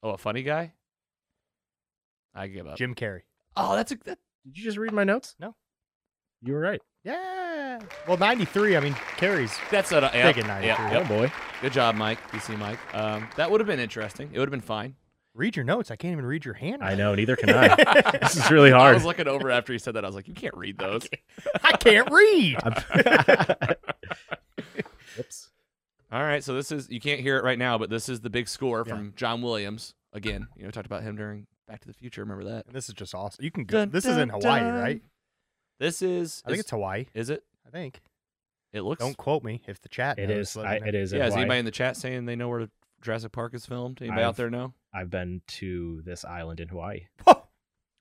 [SPEAKER 1] oh, a funny guy. I give up.
[SPEAKER 2] Jim Carrey.
[SPEAKER 1] Oh, that's a that,
[SPEAKER 3] Did you just read my notes?
[SPEAKER 2] No.
[SPEAKER 3] You were right.
[SPEAKER 2] Yeah. Well, 93, I mean, Carrey's
[SPEAKER 1] that's a yeah,
[SPEAKER 2] Big in
[SPEAKER 1] yeah,
[SPEAKER 2] 93.
[SPEAKER 1] yep.
[SPEAKER 3] Oh boy.
[SPEAKER 1] Good job, Mike. DC Mike. Um, that would have been interesting. It would have been fine.
[SPEAKER 2] read your notes. I can't even read your hand.
[SPEAKER 3] I know. Neither can
[SPEAKER 1] [laughs]
[SPEAKER 3] I. this is really
[SPEAKER 1] I
[SPEAKER 3] hard.
[SPEAKER 1] was looking over after he said that. I was like, you can't read those. [laughs]
[SPEAKER 2] I can't read.
[SPEAKER 3] I'm- Whoops.
[SPEAKER 1] All right, so this is you can't hear it right now, but this is the big score
[SPEAKER 2] Yeah.
[SPEAKER 1] from John Williams. Again, you know, we talked about him during Back to the Future. Remember that?
[SPEAKER 2] And this is just awesome. You can go.
[SPEAKER 1] Dun,
[SPEAKER 2] This is in
[SPEAKER 1] dun,
[SPEAKER 2] Hawaii,
[SPEAKER 1] dun.
[SPEAKER 2] right?
[SPEAKER 1] This is
[SPEAKER 2] I think
[SPEAKER 1] is-
[SPEAKER 2] it's Hawaii.
[SPEAKER 1] is it?
[SPEAKER 2] I think.
[SPEAKER 1] It looks.
[SPEAKER 2] Don't quote me if the chat.
[SPEAKER 3] It
[SPEAKER 2] knows,
[SPEAKER 3] is.
[SPEAKER 2] let
[SPEAKER 3] I,
[SPEAKER 2] me know.
[SPEAKER 3] it is. in
[SPEAKER 1] yeah, is
[SPEAKER 3] Hawaii.
[SPEAKER 1] anybody in the chat saying they know where Jurassic Park is filmed? Anybody out
[SPEAKER 3] I've-
[SPEAKER 1] there know?
[SPEAKER 3] I've been to this island in Hawaii.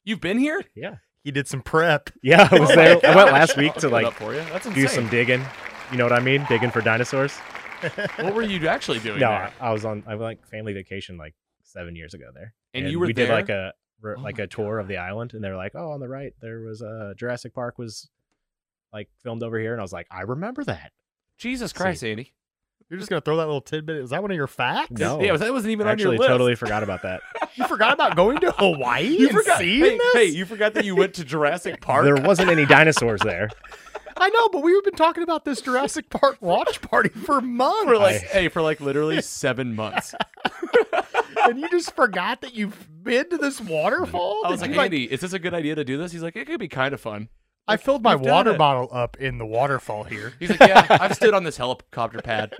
[SPEAKER 1] You've been here?
[SPEAKER 3] Yeah.
[SPEAKER 2] He did some prep.
[SPEAKER 3] Yeah, I
[SPEAKER 1] [laughs]
[SPEAKER 3] was
[SPEAKER 1] Oh my
[SPEAKER 3] there. I went
[SPEAKER 1] gosh.
[SPEAKER 3] last week
[SPEAKER 1] I'll put
[SPEAKER 3] to
[SPEAKER 1] it
[SPEAKER 3] like
[SPEAKER 1] up for you. That's
[SPEAKER 3] [laughs] do
[SPEAKER 1] insane.
[SPEAKER 3] some digging. You know what I mean? Digging for dinosaurs.
[SPEAKER 1] [laughs] What were you actually doing?
[SPEAKER 3] No, I,
[SPEAKER 1] there?
[SPEAKER 3] I was on. I went like family vacation like seven years ago there.
[SPEAKER 1] And you were
[SPEAKER 3] we did like a re-
[SPEAKER 1] Oh
[SPEAKER 3] like
[SPEAKER 1] my
[SPEAKER 3] a tour of the island, and they were like, "Oh, on the right there was uh, Jurassic Park was like filmed over here," and I was like, "I remember that."
[SPEAKER 1] Jesus Christ, Andy.
[SPEAKER 2] You're just gonna throw that little tidbit. Is that one of your facts?
[SPEAKER 1] [laughs]
[SPEAKER 3] No.
[SPEAKER 1] Yeah, that wasn't even
[SPEAKER 3] I
[SPEAKER 1] on
[SPEAKER 3] actually
[SPEAKER 1] your list.
[SPEAKER 3] totally forgot about that.
[SPEAKER 2] You forgot about going to
[SPEAKER 1] [laughs]
[SPEAKER 2] Hawaii
[SPEAKER 1] You
[SPEAKER 2] and
[SPEAKER 1] forgot.
[SPEAKER 2] seeing
[SPEAKER 1] Hey,
[SPEAKER 2] this?
[SPEAKER 1] hey, you forgot that you went to
[SPEAKER 3] [laughs]
[SPEAKER 1] Jurassic [laughs] Park.
[SPEAKER 3] There wasn't any
[SPEAKER 1] [laughs]
[SPEAKER 3] dinosaurs there.
[SPEAKER 2] I know, but we've been talking about this Jurassic Park watch party for months,
[SPEAKER 1] for like,
[SPEAKER 3] I-
[SPEAKER 1] hey, for like
[SPEAKER 3] [laughs]
[SPEAKER 1] literally seven months.
[SPEAKER 2] [laughs] and you just forgot that you've been to this waterfall.
[SPEAKER 1] I was
[SPEAKER 2] Did
[SPEAKER 1] like,
[SPEAKER 2] you,
[SPEAKER 1] Andy, is this a good idea to do this? He's like, it could be kind of fun.
[SPEAKER 2] I filled my
[SPEAKER 1] we've done
[SPEAKER 2] water
[SPEAKER 1] it.
[SPEAKER 2] bottle up in the waterfall here.
[SPEAKER 1] He's like, yeah, I've
[SPEAKER 3] [laughs]
[SPEAKER 1] stood on this helicopter pad.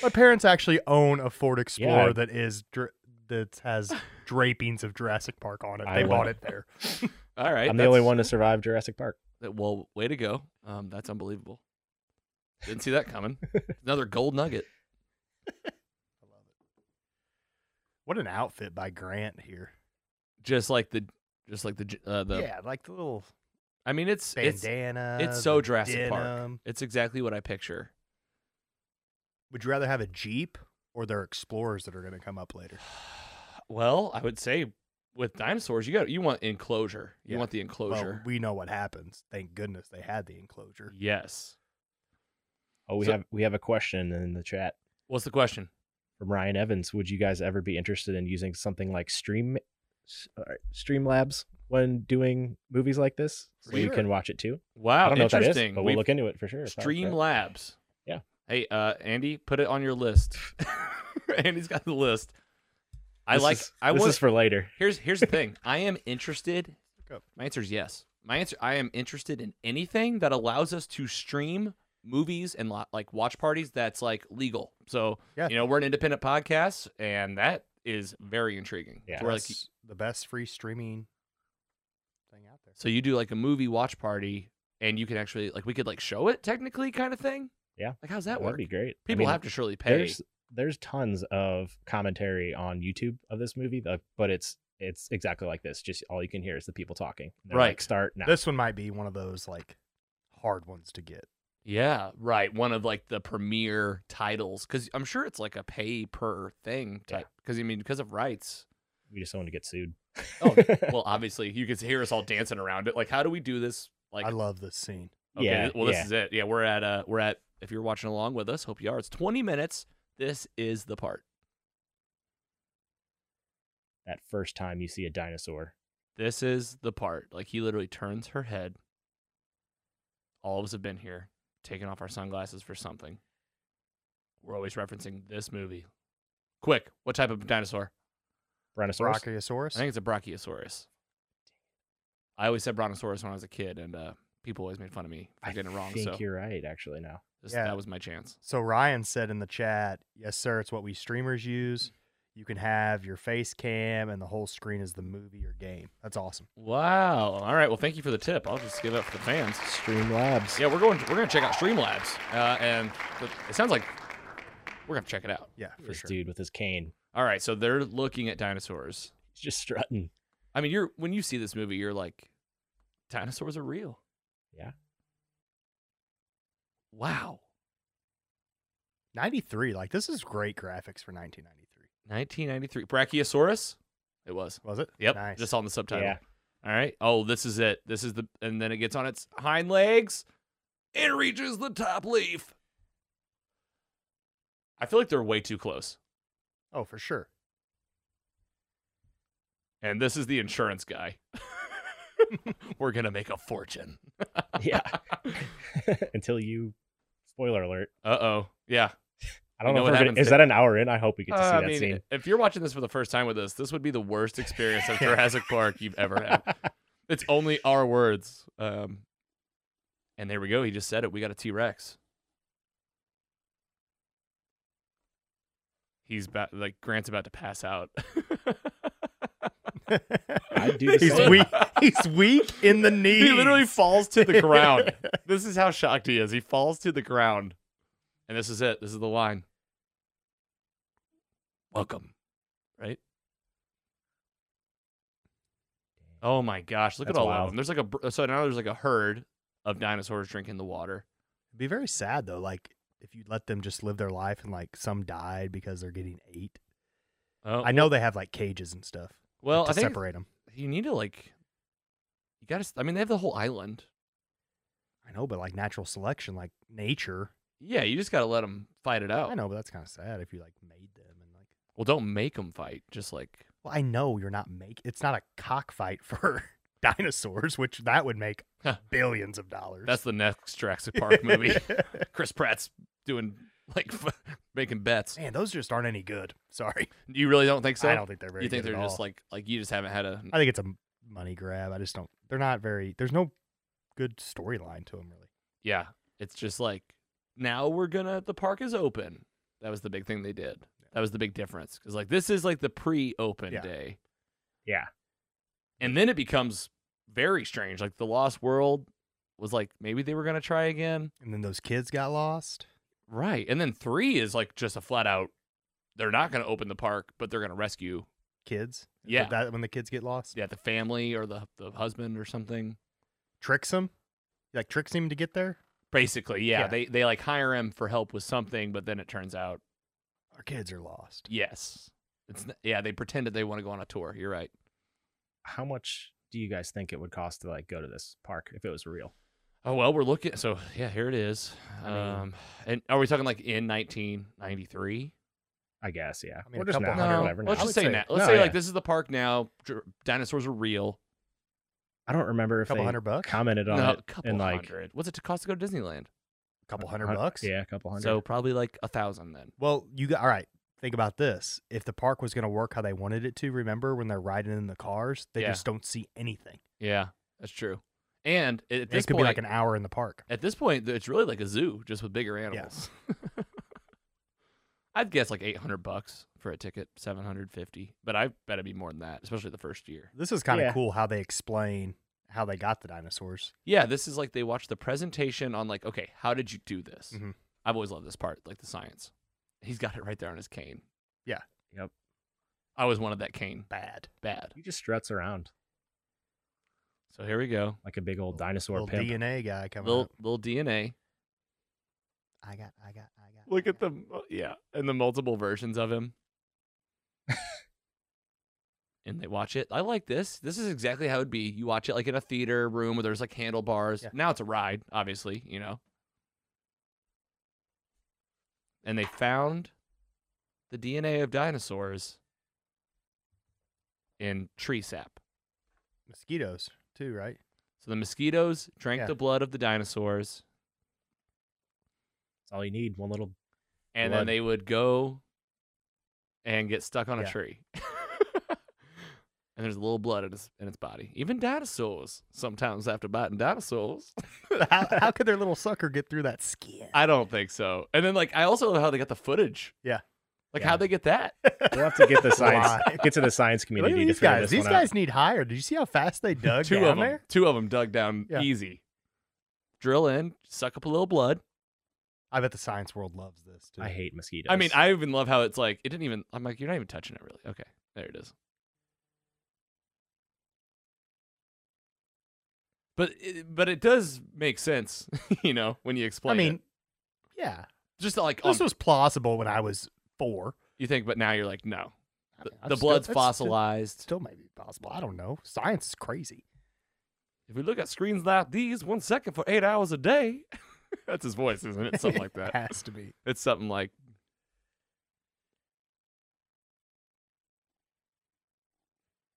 [SPEAKER 2] My parents actually own a Ford Explorer
[SPEAKER 3] Yeah.
[SPEAKER 2] that is dr- that
[SPEAKER 1] [laughs]
[SPEAKER 2] has drapings of Jurassic Park on it. They
[SPEAKER 3] I
[SPEAKER 2] bought
[SPEAKER 3] want-
[SPEAKER 2] it there.
[SPEAKER 1] All right,
[SPEAKER 3] I'm the only
[SPEAKER 1] that's-
[SPEAKER 3] one to survive Jurassic Park.
[SPEAKER 1] that- Well, way to go. Um, that's unbelievable. Didn't see that
[SPEAKER 3] [laughs]
[SPEAKER 1] coming. Another gold nugget.
[SPEAKER 2] I love it. What an outfit by Grant here.
[SPEAKER 1] Just like the, just like the, j- uh, the.
[SPEAKER 2] yeah, like the little
[SPEAKER 1] I mean, it's it's
[SPEAKER 2] bandana.
[SPEAKER 1] it's so
[SPEAKER 2] the
[SPEAKER 1] Jurassic Park.
[SPEAKER 2] denim.
[SPEAKER 1] it's exactly what I picture.
[SPEAKER 2] Would you rather have a Jeep or their Explorers that are going to come up later?
[SPEAKER 1] Well, I would say with dinosaurs, you got you want enclosure. You
[SPEAKER 2] Yeah.
[SPEAKER 1] want the
[SPEAKER 2] Well,
[SPEAKER 1] enclosure.
[SPEAKER 2] we know what happens. Thank goodness they had the enclosure.
[SPEAKER 1] yes.
[SPEAKER 3] Oh, we
[SPEAKER 1] So-
[SPEAKER 3] have we have a question in the chat
[SPEAKER 1] What's the question?
[SPEAKER 3] from Ryan Evans. Would you guys ever be interested in using something like Stream s- uh, Streamlabs when doing movies like this, so you
[SPEAKER 1] Sure.
[SPEAKER 3] can watch it too?
[SPEAKER 1] Wow,
[SPEAKER 3] I don't know what that is,
[SPEAKER 1] interesting.
[SPEAKER 3] but
[SPEAKER 1] We've-
[SPEAKER 3] we'll look into it for sure. if that's right.
[SPEAKER 1] Streamlabs.
[SPEAKER 3] Yeah.
[SPEAKER 1] Hey, uh, Andy, put it on your list. [laughs] Andy's got the list. I
[SPEAKER 3] This
[SPEAKER 1] like.
[SPEAKER 3] is-
[SPEAKER 1] I
[SPEAKER 3] this
[SPEAKER 1] was.
[SPEAKER 3] is for later.
[SPEAKER 1] here's here's the thing. I am
[SPEAKER 3] [laughs]
[SPEAKER 1] interested.
[SPEAKER 2] Look up.
[SPEAKER 1] My answer is yes. My answer. I am interested in anything that allows us to stream movies and lo- like watch parties that's like legal. So
[SPEAKER 2] Yeah.
[SPEAKER 1] you know we're an independent podcast, and that is very intriguing.
[SPEAKER 3] Yeah.
[SPEAKER 1] So we're like,
[SPEAKER 2] That's the best free streaming thing out there.
[SPEAKER 1] so you do like a movie watch party, and you can actually like we could like show it technically kind of thing.
[SPEAKER 3] Yeah.
[SPEAKER 1] Like how's that
[SPEAKER 3] That'd
[SPEAKER 1] work?
[SPEAKER 3] be great. I
[SPEAKER 1] People
[SPEAKER 3] mean,
[SPEAKER 1] have to surely pay.
[SPEAKER 3] There's there's tons of commentary on YouTube of this movie, like, but it's it's exactly like this. Just all you can hear is the people talking. They're like,
[SPEAKER 1] Right.
[SPEAKER 3] start now.
[SPEAKER 2] This one might be one of those like hard ones to get.
[SPEAKER 1] Yeah, right. One of like the premier titles because I'm sure it's like a pay per thing
[SPEAKER 3] Yeah.
[SPEAKER 1] type. Because I mean, because of rights.
[SPEAKER 3] we just don't want to get sued. [laughs]
[SPEAKER 1] Oh, well, obviously you could hear us all dancing around it. Like, how do we do this? Like,
[SPEAKER 2] I love this scene.
[SPEAKER 1] okay,
[SPEAKER 3] Yeah,
[SPEAKER 1] well, this
[SPEAKER 3] yeah.
[SPEAKER 1] is it. Yeah, we're at uh, we're at. If you're watching along with us, hope you are. It's 20 minutes. This is the part.
[SPEAKER 3] that first time you see a dinosaur.
[SPEAKER 1] This is the part. Like he literally turns her head. all of us have been here, taking off our sunglasses for something. We're always referencing this movie. Quick, what type of dinosaur?
[SPEAKER 3] Brontosaurus.
[SPEAKER 2] Brachiosaurus.
[SPEAKER 1] I think it's a Brachiosaurus. I always said Brontosaurus when I was a kid, and uh, people always made fun of me for
[SPEAKER 3] I
[SPEAKER 1] getting it wrong.
[SPEAKER 3] think
[SPEAKER 1] So
[SPEAKER 3] you're right, actually. Now,
[SPEAKER 1] this,
[SPEAKER 2] Yeah.
[SPEAKER 1] that was my chance.
[SPEAKER 2] So Ryan said in the chat, "Yes, sir. It's what we streamers
[SPEAKER 1] Mm.
[SPEAKER 2] use. You can have your face cam, and the whole screen is the movie or game. That's awesome.
[SPEAKER 1] Wow. All right. Well, thank you for the tip. I'll just give it up for the fans.
[SPEAKER 3] Streamlabs.
[SPEAKER 1] Yeah, we're going. We're going to check out Streamlabs, uh, and th- it sounds like we're going to check it out.
[SPEAKER 2] Yeah, for
[SPEAKER 3] This
[SPEAKER 2] sure.
[SPEAKER 3] dude with his cane,
[SPEAKER 1] All right. So they're looking at dinosaurs.
[SPEAKER 3] he's just strutting.
[SPEAKER 1] I mean, you're when you see this movie, you're like, dinosaurs are real.
[SPEAKER 3] Yeah.
[SPEAKER 1] Wow.
[SPEAKER 2] 93. Like this is great graphics for 1993.
[SPEAKER 1] 1993. Brachiosaurus. It was.
[SPEAKER 2] Was it?
[SPEAKER 1] Yep.
[SPEAKER 2] Nice.
[SPEAKER 1] Just on the subtitle.
[SPEAKER 3] Yeah.
[SPEAKER 1] All right. Oh, this is it. This is the and then it gets on its hind legs. It reaches the top leaf. I feel like they're way too close.
[SPEAKER 2] oh, for sure.
[SPEAKER 1] [laughs] And this is the insurance guy. [laughs] We're gonna make a fortune.
[SPEAKER 3] Yeah. [laughs] Until you, spoiler alert.
[SPEAKER 1] Uh oh. Yeah.
[SPEAKER 3] I don't
[SPEAKER 1] You know
[SPEAKER 3] know.
[SPEAKER 1] what
[SPEAKER 3] if we're gonna-
[SPEAKER 1] happens
[SPEAKER 3] is
[SPEAKER 1] there.
[SPEAKER 3] that an hour in? I hope we get to see
[SPEAKER 1] Uh, I
[SPEAKER 3] that
[SPEAKER 1] mean,
[SPEAKER 3] scene.
[SPEAKER 1] if you're watching this for the first time with us, this would be the worst experience
[SPEAKER 3] [laughs]
[SPEAKER 1] of Jurassic Park you've ever had. It's only our words. Um, and there we go. He just said it. We got a T Rex. He's about like Grant's about to pass out. [laughs]
[SPEAKER 3] [laughs] I'd do the
[SPEAKER 2] he's
[SPEAKER 3] same.
[SPEAKER 2] weak.
[SPEAKER 1] [laughs]
[SPEAKER 2] He's weak in [laughs] the knees.
[SPEAKER 1] he literally falls to the ground. this is how shocked he is. He falls to the ground. And this is it. This is the line. Welcome. Right? Oh my gosh. Look
[SPEAKER 3] That's
[SPEAKER 1] at all
[SPEAKER 3] wild.
[SPEAKER 1] of them. There's like a br- so now there's like a herd of dinosaurs drinking the water.
[SPEAKER 2] It'd be very sad though. Like if you let them just live their life and like some died because they're getting ate.
[SPEAKER 1] Oh,
[SPEAKER 2] I know they have like cages and stuff.
[SPEAKER 1] well,
[SPEAKER 2] to
[SPEAKER 1] I think
[SPEAKER 2] separate them.
[SPEAKER 1] you need to like you got to I mean they have the whole island.
[SPEAKER 2] I know, but like natural selection, like nature.
[SPEAKER 1] Yeah, you just got to let them fight it out.
[SPEAKER 2] I know, but that's kind of sad if you like made them and like.
[SPEAKER 1] Well, don't make them fight. Just like
[SPEAKER 2] Well, I know you're not make. It's not a cockfight for [laughs] dinosaurs, which that would make
[SPEAKER 1] Huh.
[SPEAKER 2] billions of dollars.
[SPEAKER 1] that's the next Jurassic Park
[SPEAKER 2] [laughs]
[SPEAKER 1] movie. Chris Pratt's doing [laughs] like making bets.
[SPEAKER 2] Man, those just aren't any good. [laughs] Sorry,
[SPEAKER 1] You really don't think so?
[SPEAKER 2] I don't think they're very.
[SPEAKER 1] you think
[SPEAKER 2] good
[SPEAKER 1] they're
[SPEAKER 2] at
[SPEAKER 1] just
[SPEAKER 2] all.
[SPEAKER 1] like like you just haven't had a
[SPEAKER 2] I think it's a m- money grab. I just don't. They're not very. There's no good storyline to them really.
[SPEAKER 1] yeah. It's just like now we're gonna the park is open. That was the big thing they did. That was the big difference because like this is like the pre-open
[SPEAKER 2] Yeah.
[SPEAKER 1] day,
[SPEAKER 3] yeah.
[SPEAKER 1] and then it becomes very strange. Like the Lost World was like maybe they were gonna try again,
[SPEAKER 2] And then those kids got lost.
[SPEAKER 1] right? And then three is like just a flat out. They're not gonna open the park, but they're gonna rescue
[SPEAKER 2] Kids. Is
[SPEAKER 1] Yeah.
[SPEAKER 2] That when the kids get lost,
[SPEAKER 1] yeah the family or the the husband or something.
[SPEAKER 2] tricks them. Like tricks him to get there.
[SPEAKER 1] Basically, yeah,
[SPEAKER 2] Yeah.
[SPEAKER 1] They they like hire him for help with something, but then it turns out
[SPEAKER 2] Our kids are lost.
[SPEAKER 1] yes, it's n- yeah. They pretended they want to go on a tour. You're right.
[SPEAKER 3] How much do you guys think it would cost to like go to this park if it was real?
[SPEAKER 1] Oh well, we're looking. So yeah, here it is.
[SPEAKER 3] I mean-
[SPEAKER 1] um, and are we talking like in 1993?
[SPEAKER 3] I guess. Yeah.
[SPEAKER 2] I mean,
[SPEAKER 3] Or
[SPEAKER 2] a
[SPEAKER 3] just
[SPEAKER 2] couple
[SPEAKER 3] now,
[SPEAKER 2] hundred.
[SPEAKER 3] or whatever.
[SPEAKER 1] let's
[SPEAKER 3] now.
[SPEAKER 1] just
[SPEAKER 2] I
[SPEAKER 1] say,
[SPEAKER 2] would say-
[SPEAKER 1] now. Let's
[SPEAKER 3] no,
[SPEAKER 1] say
[SPEAKER 3] yeah.
[SPEAKER 1] like this is the park now. dr- Dinosaurs are real.
[SPEAKER 3] I don't remember
[SPEAKER 2] A
[SPEAKER 3] if
[SPEAKER 2] couple
[SPEAKER 3] they
[SPEAKER 2] hundred bucks.
[SPEAKER 3] commented on
[SPEAKER 1] No,
[SPEAKER 3] it
[SPEAKER 1] a couple
[SPEAKER 3] and like
[SPEAKER 1] hundred. What's it to cost to go to Disneyland?
[SPEAKER 2] a couple hundred
[SPEAKER 3] hun-
[SPEAKER 2] bucks.
[SPEAKER 3] Yeah, a couple hundred.
[SPEAKER 1] So probably like a thousand then.
[SPEAKER 2] Well, you got all right. Think about this. If the park was going to work how they wanted it to, remember when they're riding in the cars, they
[SPEAKER 1] Yeah.
[SPEAKER 2] just don't see anything.
[SPEAKER 1] Yeah, that's true. And at this
[SPEAKER 2] it could
[SPEAKER 1] point,
[SPEAKER 2] be like an hour in the park.
[SPEAKER 1] At this point, th- it's really like a zoo, just with bigger animals. [laughs] I'd guess like eight hundred bucks for a ticket, seven hundred fifty, but I bet it'd be more than that, especially the first year.
[SPEAKER 2] This is kind of
[SPEAKER 3] Yeah.
[SPEAKER 2] cool how they explain how they got the dinosaurs.
[SPEAKER 1] Yeah, this is like they watch the presentation on like, okay, how did you do this?
[SPEAKER 2] Mhm.
[SPEAKER 1] I've always loved this part, like the science. He's got it right there on his cane.
[SPEAKER 2] Yeah.
[SPEAKER 3] Yep.
[SPEAKER 1] I always wanted that cane
[SPEAKER 2] Bad.
[SPEAKER 1] bad.
[SPEAKER 3] he just struts around
[SPEAKER 1] So here we go,
[SPEAKER 3] like a big old
[SPEAKER 2] Little-
[SPEAKER 3] dinosaur
[SPEAKER 2] Little
[SPEAKER 3] pimp.
[SPEAKER 2] DNA guy coming
[SPEAKER 1] little
[SPEAKER 2] up.
[SPEAKER 1] little DNA.
[SPEAKER 2] I got, I got, I got.
[SPEAKER 1] Look
[SPEAKER 2] I
[SPEAKER 1] at
[SPEAKER 2] got.
[SPEAKER 1] the yeah, and the multiple versions of him. and they watch it. I like this. This is exactly how it'd be. You watch it like in a theater room where there's like handlebars.
[SPEAKER 2] Yeah.
[SPEAKER 1] Now it's a ride, obviously, you know. And they found the DNA of dinosaurs in tree sap.
[SPEAKER 2] [laughs] mosquitoes too, right?
[SPEAKER 1] So the mosquitoes drank
[SPEAKER 2] Yeah.
[SPEAKER 1] the blood of the dinosaurs,
[SPEAKER 3] That's all you need. One little
[SPEAKER 1] and then
[SPEAKER 3] Blood.
[SPEAKER 1] they would go and get stuck on a
[SPEAKER 2] Yeah.
[SPEAKER 1] tree. [laughs] and there's a little blood in its, in its body. Even dinosaurs sometimes after biting dinosaurs. [laughs]
[SPEAKER 2] how, how could their little sucker get through that skin?
[SPEAKER 1] I don't think so. And then like I also love how they got the footage.
[SPEAKER 2] Yeah.
[SPEAKER 1] Like
[SPEAKER 3] Yeah.
[SPEAKER 1] how'd they get that?
[SPEAKER 3] [laughs] we'll have to get the science
[SPEAKER 2] Why?
[SPEAKER 3] get to the science
[SPEAKER 2] Look at
[SPEAKER 3] community to
[SPEAKER 2] these
[SPEAKER 3] figure
[SPEAKER 2] guys.
[SPEAKER 3] this
[SPEAKER 2] These
[SPEAKER 3] one
[SPEAKER 2] guys need higher. Did you see how fast they
[SPEAKER 1] [laughs]
[SPEAKER 2] dug
[SPEAKER 1] two
[SPEAKER 2] down
[SPEAKER 1] of them.
[SPEAKER 2] there?
[SPEAKER 1] Two of them dug down
[SPEAKER 2] Yeah.
[SPEAKER 1] easy. Drill in, suck up a little blood.
[SPEAKER 2] I bet the science world loves this too.
[SPEAKER 3] out. I hate mosquitoes.
[SPEAKER 1] I mean, I even love how it's like it didn't even. I'm like, you're not even touching it, really. Okay, there it is. But it, but it does make sense, [laughs] you know, when you
[SPEAKER 2] I
[SPEAKER 1] explain.
[SPEAKER 2] mean,
[SPEAKER 1] it.
[SPEAKER 2] yeah,
[SPEAKER 1] just like
[SPEAKER 2] this
[SPEAKER 1] um,
[SPEAKER 2] was plausible when I was four.
[SPEAKER 1] you think, but now you're like, no,
[SPEAKER 2] I
[SPEAKER 1] the,
[SPEAKER 2] mean, I'm
[SPEAKER 1] the
[SPEAKER 2] still-
[SPEAKER 1] blood's
[SPEAKER 2] it's-
[SPEAKER 1] fossilized.
[SPEAKER 2] It still may be possible. I don't know. Science is crazy.
[SPEAKER 1] if we look at screens like these, one second for eight hours a day. [laughs] That's his voice, isn't it? [laughs] Something like
[SPEAKER 2] It
[SPEAKER 1] that.
[SPEAKER 2] has to be.
[SPEAKER 1] It's something like.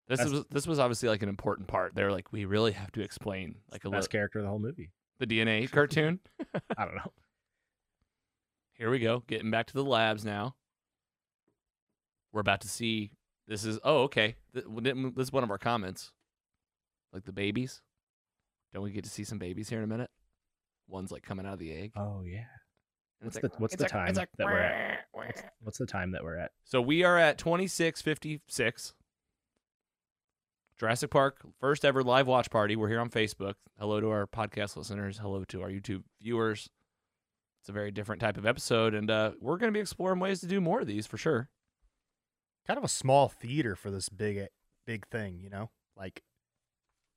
[SPEAKER 1] This
[SPEAKER 3] That's-
[SPEAKER 1] was this was obviously like an important part. They're like, we really have to explain like a little
[SPEAKER 3] best character of the
[SPEAKER 1] [laughs]
[SPEAKER 3] whole movie.
[SPEAKER 1] the DNA cartoon.
[SPEAKER 3] I don't know.
[SPEAKER 1] Here we go, getting back to the labs now. We're about to see. This is oh okay. Th- we didn't- This is one of our comments, like the babies. Don't we get to see some babies here in a minute? One's like coming out of the egg.
[SPEAKER 3] Oh yeah.
[SPEAKER 1] And it's
[SPEAKER 3] What's
[SPEAKER 1] like,
[SPEAKER 3] the what's
[SPEAKER 1] it's
[SPEAKER 3] the
[SPEAKER 1] like-
[SPEAKER 3] time
[SPEAKER 1] it's like,
[SPEAKER 3] that
[SPEAKER 1] [laughs]
[SPEAKER 3] we're at? What's, what's the time that we're at?
[SPEAKER 1] So we are at 2656. Jurassic Park, first ever live watch party. We're here on Facebook. Hello to our podcast listeners. Hello to our YouTube viewers. It's a very different type of episode, and uh, we're going to be exploring ways to do more of these for sure.
[SPEAKER 2] Kind of a small theater for this big eh, big thing, you know? Like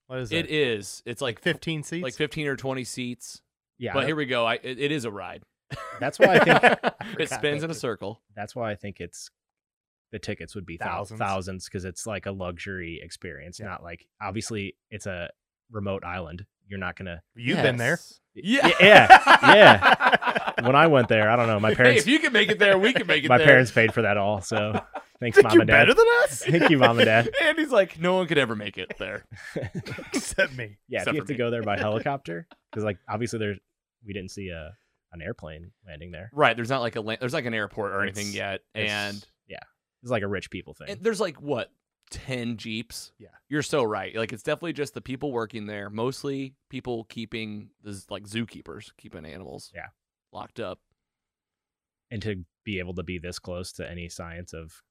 [SPEAKER 2] what is
[SPEAKER 1] It is. It's like
[SPEAKER 2] Like 15 seats?
[SPEAKER 1] like 15 or 20 seats.
[SPEAKER 3] Yeah.
[SPEAKER 1] but
[SPEAKER 3] I-
[SPEAKER 1] here we go. I, it, it is a ride.
[SPEAKER 3] that's why I
[SPEAKER 1] [laughs]
[SPEAKER 3] think
[SPEAKER 1] it
[SPEAKER 2] forgot
[SPEAKER 1] spins
[SPEAKER 2] that
[SPEAKER 1] in a
[SPEAKER 2] too.
[SPEAKER 1] circle.
[SPEAKER 3] that's why I think it's the tickets would be
[SPEAKER 2] Thousands.
[SPEAKER 3] thousands thousands because it's like a luxury experience,
[SPEAKER 2] Yeah.
[SPEAKER 3] not like obviously it's a remote island. You're not
[SPEAKER 1] [laughs]
[SPEAKER 3] gonna.
[SPEAKER 2] You've been there.
[SPEAKER 1] Yes. [laughs] Yeah.
[SPEAKER 2] [laughs]
[SPEAKER 3] Yeah, When I went there, I don't know.
[SPEAKER 1] [laughs]
[SPEAKER 3] My
[SPEAKER 1] Hey,
[SPEAKER 3] parents,
[SPEAKER 1] if you can make it there, we can make it
[SPEAKER 3] my
[SPEAKER 1] there.
[SPEAKER 3] parents paid for that all.
[SPEAKER 1] [laughs]
[SPEAKER 3] So thanks,
[SPEAKER 2] Think
[SPEAKER 3] mom
[SPEAKER 2] you're
[SPEAKER 3] and dad.
[SPEAKER 2] better than us?
[SPEAKER 3] Thank you, mom and dad.
[SPEAKER 1] And he's like, no one could ever make it there.
[SPEAKER 2] [laughs] Except me.
[SPEAKER 3] [laughs] Yeah,
[SPEAKER 1] Except
[SPEAKER 3] if you
[SPEAKER 1] for
[SPEAKER 3] have to
[SPEAKER 1] me.
[SPEAKER 3] go
[SPEAKER 1] [laughs]
[SPEAKER 3] there by helicopter, because like obviously there's we didn't see a an airplane landing there.
[SPEAKER 1] Right. There's not like a la- there's like an airport or anything
[SPEAKER 3] It's-
[SPEAKER 1] yet,
[SPEAKER 3] It's-
[SPEAKER 1] and
[SPEAKER 3] yeah, it's like a rich people thing.
[SPEAKER 1] and there's like what ten jeeps.
[SPEAKER 2] Yeah.
[SPEAKER 1] you're so right. Like it's definitely just the people working there, mostly people keeping the z- like zookeepers keeping animals.
[SPEAKER 3] Yeah.
[SPEAKER 1] locked up.
[SPEAKER 3] and to be able to be this close to any science of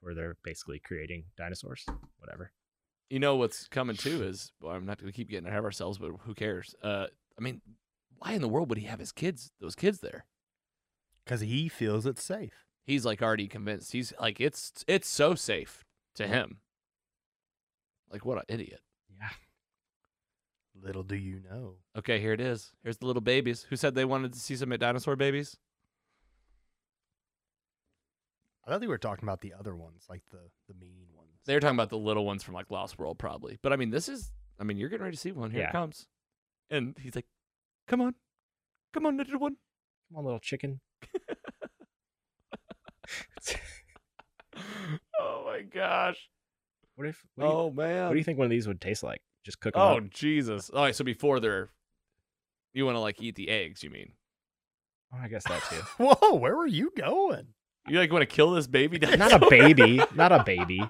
[SPEAKER 3] where they're basically creating dinosaurs, whatever.
[SPEAKER 1] You know what's coming too is well, I'm not going to keep getting ahead of ourselves, but who cares? Uh, I mean, why in the world would he have his kids those kids there?
[SPEAKER 2] Because he feels it's safe.
[SPEAKER 1] He's like already convinced. He's like it's it's so safe to him. Like what an idiot.
[SPEAKER 3] Yeah.
[SPEAKER 2] Little do you know.
[SPEAKER 1] Okay, here it is. Here's the little babies. Who said they wanted to see some dinosaur babies?
[SPEAKER 2] I thought they were talking about the other ones, like the, the mean ones.
[SPEAKER 1] They were talking about the little ones from like Lost World, probably. But I mean, this is. I mean, you're getting ready to see one. Here
[SPEAKER 3] Yeah.
[SPEAKER 1] it comes. And he's like, "Come on, come on, little one." [laughs]
[SPEAKER 3] Come on, little chicken.
[SPEAKER 1] oh my gosh.
[SPEAKER 3] What if? What, do you,
[SPEAKER 1] Oh man.
[SPEAKER 3] what do you think one of these would taste like? Just cook 'em
[SPEAKER 1] Oh
[SPEAKER 3] up.
[SPEAKER 1] Jesus. All right. So before they're, you want to like eat the eggs? You mean
[SPEAKER 3] Oh, I guess that
[SPEAKER 2] [laughs]
[SPEAKER 3] too.
[SPEAKER 1] [laughs]
[SPEAKER 2] Whoa, where were you going?
[SPEAKER 1] you like want to kill this baby?
[SPEAKER 3] Not a
[SPEAKER 1] dinosaur?
[SPEAKER 3] baby. Not a baby.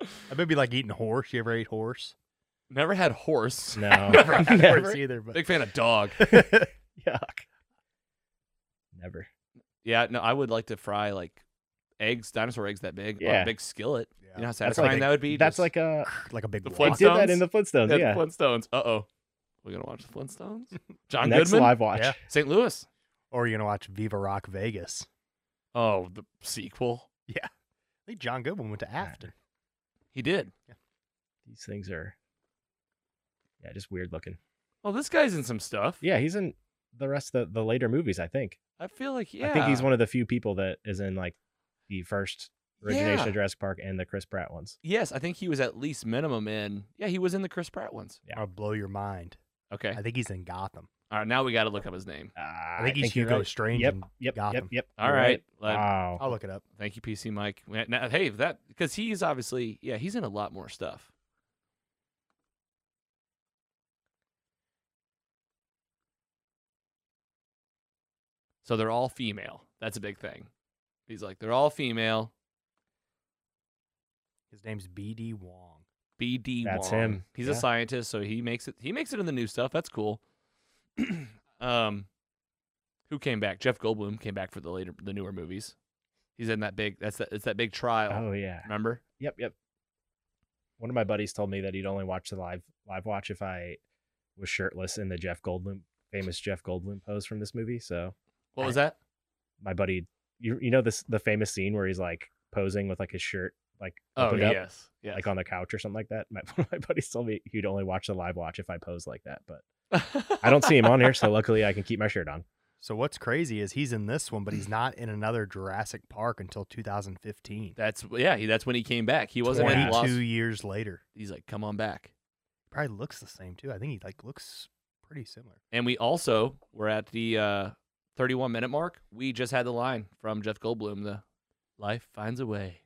[SPEAKER 2] I may be like eating horse. You ever ate horse?
[SPEAKER 1] [laughs] Never had
[SPEAKER 3] [laughs]
[SPEAKER 1] horse.
[SPEAKER 3] No.
[SPEAKER 2] Never had horse
[SPEAKER 3] Never.
[SPEAKER 2] either,
[SPEAKER 1] [laughs]
[SPEAKER 2] but [laughs]
[SPEAKER 1] Big fan of dog.
[SPEAKER 3] Yuck. Never.
[SPEAKER 1] Yeah, no, I would like to fry like eggs, dinosaur eggs that big, on
[SPEAKER 3] Yeah.
[SPEAKER 1] a big skillet. You know [laughs]
[SPEAKER 2] Yeah.
[SPEAKER 1] how
[SPEAKER 3] like
[SPEAKER 1] satisfying
[SPEAKER 3] a-
[SPEAKER 1] that would be.
[SPEAKER 3] That's
[SPEAKER 1] Just-
[SPEAKER 3] like a.
[SPEAKER 2] like a big
[SPEAKER 1] The
[SPEAKER 2] wok.
[SPEAKER 3] They did that
[SPEAKER 1] Flintstones?
[SPEAKER 3] in the Flintstones.
[SPEAKER 1] yeah,
[SPEAKER 3] Yeah.
[SPEAKER 1] the Flintstones. Uh oh, we're gonna watch the
[SPEAKER 3] [laughs]
[SPEAKER 1] Flintstones. John
[SPEAKER 3] Next
[SPEAKER 1] Goodman,
[SPEAKER 3] live watch.
[SPEAKER 2] Yeah.
[SPEAKER 1] St. Louis.
[SPEAKER 2] Or you're gonna watch Viva Rock [laughs] Vegas.
[SPEAKER 1] Oh, the sequel.
[SPEAKER 2] I think John Goodman went to Afton.
[SPEAKER 1] He did.
[SPEAKER 3] These things are. Yeah, just weird looking.
[SPEAKER 1] Oh, this guy's in some stuff.
[SPEAKER 3] Yeah, he's in the rest of the, the later movies. I think.
[SPEAKER 1] I feel like yeah.
[SPEAKER 3] I think he's one of the few people that is in like the first origination
[SPEAKER 1] Yeah.
[SPEAKER 3] of Jurassic Park and the Chris Pratt ones.
[SPEAKER 1] Yes, I think he was at least minimum in. Yeah, he was in the Chris Pratt ones.
[SPEAKER 3] Yeah.
[SPEAKER 2] I'll blow your mind.
[SPEAKER 1] Okay.
[SPEAKER 2] I think he's in Gotham.
[SPEAKER 1] All right. Now we got to look up his name.
[SPEAKER 3] Uh,
[SPEAKER 2] I think he's
[SPEAKER 3] you're
[SPEAKER 2] Hugo
[SPEAKER 3] right.
[SPEAKER 2] Strange.
[SPEAKER 3] Yep,
[SPEAKER 2] in-
[SPEAKER 3] yep, yep,
[SPEAKER 2] Gotham.
[SPEAKER 3] yep.
[SPEAKER 1] All
[SPEAKER 3] you're
[SPEAKER 1] right. Let-
[SPEAKER 3] Wow.
[SPEAKER 2] I'll look it up.
[SPEAKER 1] Thank you, PC Mike. We- Now, hey, that because he's obviously yeah he's in a lot more stuff. So they're all female. That's a big thing. He's like, they're all female.
[SPEAKER 2] His name's BD Wong.
[SPEAKER 1] BD.
[SPEAKER 3] That's
[SPEAKER 1] Wong.
[SPEAKER 3] him.
[SPEAKER 1] He's a
[SPEAKER 3] Yeah.
[SPEAKER 1] scientist, so he makes it. He makes it in the new stuff. That's cool. [clears throat] um, who came back? Jeff Goldblum came back for the later, the newer movies. He's in that big. That's that. It's that big trial.
[SPEAKER 3] Oh yeah.
[SPEAKER 1] Remember?
[SPEAKER 3] Yep, yep. One of my buddies told me that he'd only watch the live live watch if I was shirtless in the Jeff Goldblum famous Jeff Goldblum pose from this movie. So
[SPEAKER 1] What was that?
[SPEAKER 3] my buddy, you you know this the famous scene where he's like posing with like his shirt like
[SPEAKER 1] Oh
[SPEAKER 3] opened up,
[SPEAKER 1] yes, yes.
[SPEAKER 3] like on [laughs] the couch or something like that. My, [laughs] one of my buddies told me he'd only watch the live watch if I pose like that, but I don't see him on here, so luckily I can keep my
[SPEAKER 2] [laughs]
[SPEAKER 3] shirt on.
[SPEAKER 2] So what's crazy is he's in this one, but he's not in another Jurassic Park until 2015.
[SPEAKER 1] [laughs] That's yeah. He, that's when he came back. He wasn't in
[SPEAKER 2] 22
[SPEAKER 1] Lost.
[SPEAKER 2] years later.
[SPEAKER 1] He's like, come on back.
[SPEAKER 2] Probably looks the same too. I think he like looks pretty similar.
[SPEAKER 1] And we also were at the uh, 31 minute mark. We just had the line from Jeff Goldblum: "The life finds a way."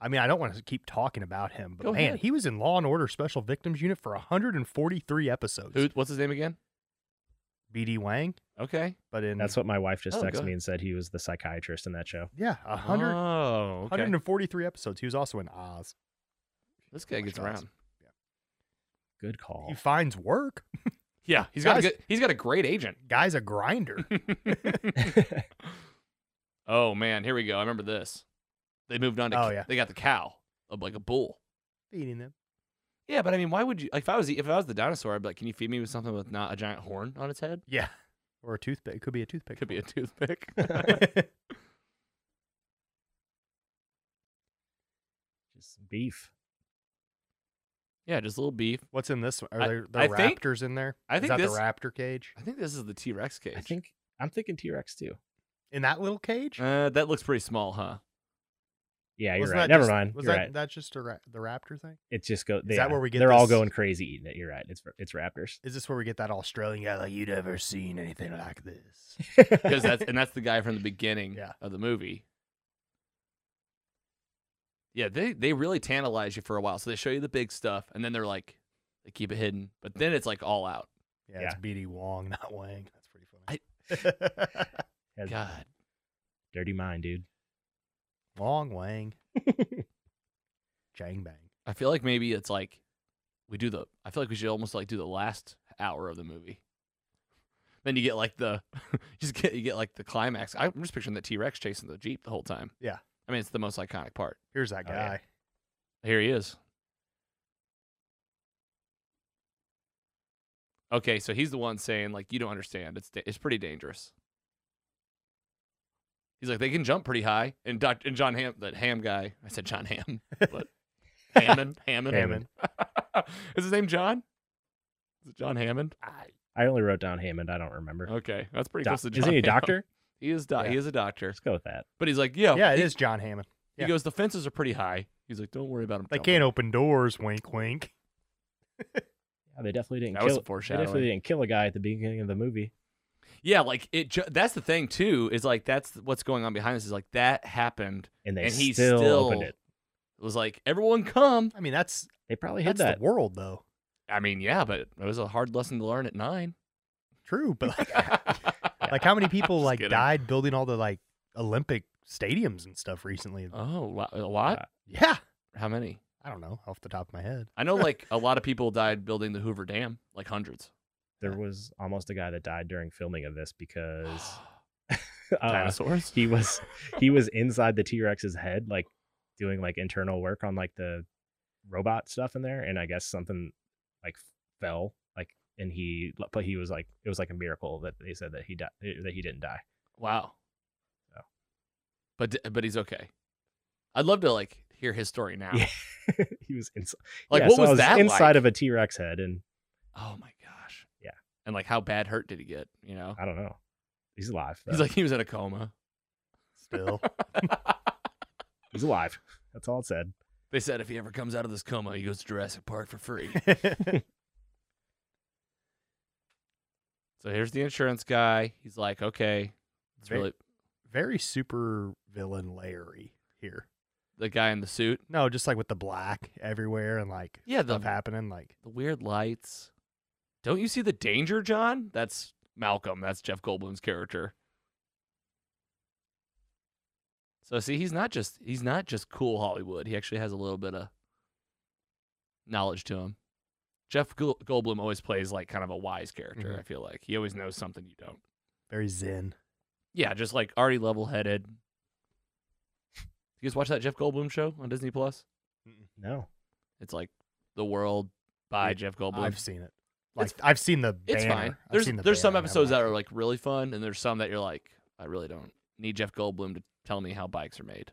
[SPEAKER 2] I mean, I don't want to keep talking about him, but
[SPEAKER 1] Go
[SPEAKER 2] man,
[SPEAKER 1] ahead.
[SPEAKER 2] he was in Law and Order Special Victims Unit for 143 episodes.
[SPEAKER 1] Who? What's his name again?
[SPEAKER 2] BD Wang,
[SPEAKER 1] Okay.
[SPEAKER 2] but in
[SPEAKER 3] That's what my wife just
[SPEAKER 1] Oh,
[SPEAKER 3] texted
[SPEAKER 1] good.
[SPEAKER 3] me and said he was the psychiatrist in that show.
[SPEAKER 2] yeah, 100,
[SPEAKER 1] Oh, okay.
[SPEAKER 2] 143 episodes. He was also in Oz.
[SPEAKER 1] This guy
[SPEAKER 2] Watch
[SPEAKER 1] gets
[SPEAKER 2] Oz.
[SPEAKER 1] around.
[SPEAKER 3] Good call.
[SPEAKER 2] He finds work.
[SPEAKER 1] Yeah, he's got a
[SPEAKER 2] Guys-
[SPEAKER 1] good, he's got a great agent.
[SPEAKER 2] [laughs] Guy's a grinder.
[SPEAKER 1] [laughs] oh man, here we go. I remember this. They moved on to
[SPEAKER 2] Oh,
[SPEAKER 1] c-
[SPEAKER 2] yeah.
[SPEAKER 1] they got the cow, uh, like a bull.
[SPEAKER 2] Feeding them.
[SPEAKER 1] Yeah, but I mean, why would you? Like, if I was the- if I was the dinosaur, I'd be like, "Can you feed me with something with not a giant horn on its head?
[SPEAKER 2] Yeah. Or a toothpick. It could be a toothpick.
[SPEAKER 1] Could be a toothpick."
[SPEAKER 3] [laughs] Just some beef.
[SPEAKER 1] yeah, just a little beef.
[SPEAKER 2] [laughs] What's in this one? Are
[SPEAKER 1] I-
[SPEAKER 2] there the
[SPEAKER 1] I think-
[SPEAKER 2] raptors in there?
[SPEAKER 1] I
[SPEAKER 2] Is
[SPEAKER 1] think
[SPEAKER 2] that
[SPEAKER 1] this-
[SPEAKER 2] the raptor cage?
[SPEAKER 1] I think this is the T Rex cage.
[SPEAKER 3] I think I'm thinking T Rex too.
[SPEAKER 2] In that little cage?
[SPEAKER 1] uh, that looks pretty small, huh?
[SPEAKER 3] [laughs] Yeah, you're
[SPEAKER 2] Wasn't
[SPEAKER 3] right.
[SPEAKER 2] that
[SPEAKER 3] Never
[SPEAKER 2] just-
[SPEAKER 3] mind.
[SPEAKER 2] Was
[SPEAKER 3] You're
[SPEAKER 2] that
[SPEAKER 3] right.
[SPEAKER 2] that's just a ra- the raptor thing?
[SPEAKER 3] It's just go. They,
[SPEAKER 2] that where we get
[SPEAKER 3] They're all
[SPEAKER 2] this-
[SPEAKER 3] going crazy eating it. You're right. It's it's Raptors.
[SPEAKER 2] Is this where we get that Australian guy like you never seen anything like this?
[SPEAKER 1] Because that's and that's the guy from the beginning
[SPEAKER 2] Yeah.
[SPEAKER 1] of the movie. Yeah, they they really tantalize you for a while. So they show you the big stuff, and then they're like, they keep it hidden. But then it's like all out.
[SPEAKER 2] Yeah, it's BD Wong, [laughs] not Wang. That's pretty funny.
[SPEAKER 3] Has
[SPEAKER 1] God,
[SPEAKER 3] dirty mind, dude.
[SPEAKER 2] [laughs] Wong Wang. Jang bang.
[SPEAKER 1] I feel like maybe it's like we do the. I feel like we should almost like do the last hour of the movie. Then you get like the, [laughs] you just get you get like the climax. I'm just picturing the T Rex chasing the jeep the whole time.
[SPEAKER 2] Yeah.
[SPEAKER 1] I mean it's the most iconic part.
[SPEAKER 2] Here's that guy.
[SPEAKER 3] Oh, yeah.
[SPEAKER 1] Here he is. Okay, so he's the one saying like you don't understand. It's da- it's pretty dangerous. He's like they can jump pretty high, and Doc, and John Ham that Ham guy. I said John
[SPEAKER 2] [laughs]
[SPEAKER 1] Ham, but Hammond Hammond
[SPEAKER 3] Hammond.
[SPEAKER 1] [laughs] is his name John? Is it John Hammond?
[SPEAKER 3] I only wrote down Hammond. I don't remember.
[SPEAKER 2] Oh,
[SPEAKER 1] Okay, that's pretty
[SPEAKER 3] Doc-
[SPEAKER 1] close to John.
[SPEAKER 3] Isn't he a
[SPEAKER 1] Hamm.
[SPEAKER 3] doctor?
[SPEAKER 1] He is doc. He
[SPEAKER 2] Yeah.
[SPEAKER 1] is a doctor.
[SPEAKER 3] Let's go with that.
[SPEAKER 1] But he's like, yeah,
[SPEAKER 2] yeah, it
[SPEAKER 1] Oh, he,
[SPEAKER 2] is John Hammond.
[SPEAKER 1] He
[SPEAKER 2] yeah.
[SPEAKER 1] goes, the fences are pretty high. He's like, don't worry about him.
[SPEAKER 2] They
[SPEAKER 1] jumping."
[SPEAKER 2] can't open doors, wink wink.
[SPEAKER 3] Yeah, they definitely didn't
[SPEAKER 1] That was
[SPEAKER 3] kill.
[SPEAKER 1] some
[SPEAKER 3] they
[SPEAKER 1] foreshadowing.
[SPEAKER 3] definitely didn't kill a guy at the beginning of the movie.
[SPEAKER 1] Yeah, like it. Ju- that's the thing too. Is like that's what's going on behind this. Is like that happened.
[SPEAKER 3] And they
[SPEAKER 1] And he
[SPEAKER 3] still,
[SPEAKER 1] still-
[SPEAKER 3] opened it.
[SPEAKER 1] It was like everyone come.
[SPEAKER 2] I mean that's
[SPEAKER 3] They probably hid
[SPEAKER 2] that's
[SPEAKER 3] that.
[SPEAKER 2] the world though.
[SPEAKER 1] I mean, yeah, but it was a hard lesson to learn at
[SPEAKER 3] [laughs]
[SPEAKER 1] nine.
[SPEAKER 2] True,
[SPEAKER 1] [laughs]
[SPEAKER 2] but like, like how many people
[SPEAKER 1] Just
[SPEAKER 2] like
[SPEAKER 1] kidding.
[SPEAKER 2] died building all the like Olympic stadiums and stuff recently?
[SPEAKER 1] Oh, lo- a lot.
[SPEAKER 3] Uh,
[SPEAKER 2] Yeah.
[SPEAKER 1] How many?
[SPEAKER 2] I don't know off the top of my head.
[SPEAKER 3] [laughs]
[SPEAKER 1] I know, like a lot of people died building the Hoover Dam, like hundreds.
[SPEAKER 3] there was almost a guy that died during filming of this
[SPEAKER 2] [gasps]
[SPEAKER 3] because
[SPEAKER 1] [gasps]
[SPEAKER 3] [laughs] uh,
[SPEAKER 1] Dinosaurs.
[SPEAKER 3] he was he was inside the T Rex's head, like doing like internal work on like the robot stuff in there, and I guess something like fell, like and he but he was like it was like a miracle that they said that he died that he didn't die. [laughs]
[SPEAKER 1] Wow.
[SPEAKER 3] So.
[SPEAKER 1] But d- but he's okay. I'd love to like hear his story now.
[SPEAKER 3] Yeah. he was inside.
[SPEAKER 1] Like
[SPEAKER 3] yeah,
[SPEAKER 1] what
[SPEAKER 3] so I
[SPEAKER 1] was, that
[SPEAKER 3] inside
[SPEAKER 1] like?
[SPEAKER 3] of a T Rex head, and
[SPEAKER 1] Oh my gosh.
[SPEAKER 3] Yeah.
[SPEAKER 1] And like how bad hurt did he get? You
[SPEAKER 3] [laughs]
[SPEAKER 1] know.
[SPEAKER 3] I don't know. He's alive.
[SPEAKER 1] He's
[SPEAKER 3] though.
[SPEAKER 1] like he was in a coma.
[SPEAKER 2] Still, [laughs]
[SPEAKER 3] he's alive. That's all it said.
[SPEAKER 1] They said if he ever comes out of this coma, he goes to Jurassic Park for
[SPEAKER 2] [laughs]
[SPEAKER 1] free. so here's the insurance guy. He's like, okay, it's
[SPEAKER 2] Very-
[SPEAKER 1] really
[SPEAKER 2] very super villain Larry here.
[SPEAKER 1] the guy in the suit.
[SPEAKER 2] No, just like with the black everywhere and like
[SPEAKER 1] Yeah, the
[SPEAKER 2] stuff happening. Like
[SPEAKER 1] the weird lights. Don't you see the danger, John? That's Malcolm. That's Jeff Goldblum's character. So see, he's not just he's not just cool Hollywood. He actually has a little bit of knowledge to him. Jeff Gold- Goldblum always plays like kind of a wise character.
[SPEAKER 2] Mhm.
[SPEAKER 1] I feel like he always knows something you don't.
[SPEAKER 2] Very zen.
[SPEAKER 1] Yeah, just like already level headed. You guys watch that Jeff Goldblum show on Disney Plus?
[SPEAKER 3] No.
[SPEAKER 1] It's like The World by
[SPEAKER 2] Yeah,
[SPEAKER 1] Jeff Goldblum.
[SPEAKER 2] I've seen it. Like
[SPEAKER 1] It's-
[SPEAKER 2] I've seen the
[SPEAKER 1] it's
[SPEAKER 2] banner.
[SPEAKER 1] fine.
[SPEAKER 2] I've
[SPEAKER 1] There's
[SPEAKER 2] seen the
[SPEAKER 1] there's some
[SPEAKER 2] banner. I
[SPEAKER 1] episodes that
[SPEAKER 2] haven't
[SPEAKER 1] are like really fun, and there's some that you're like, I really don't need Jeff Goldblum to tell me how bikes are made.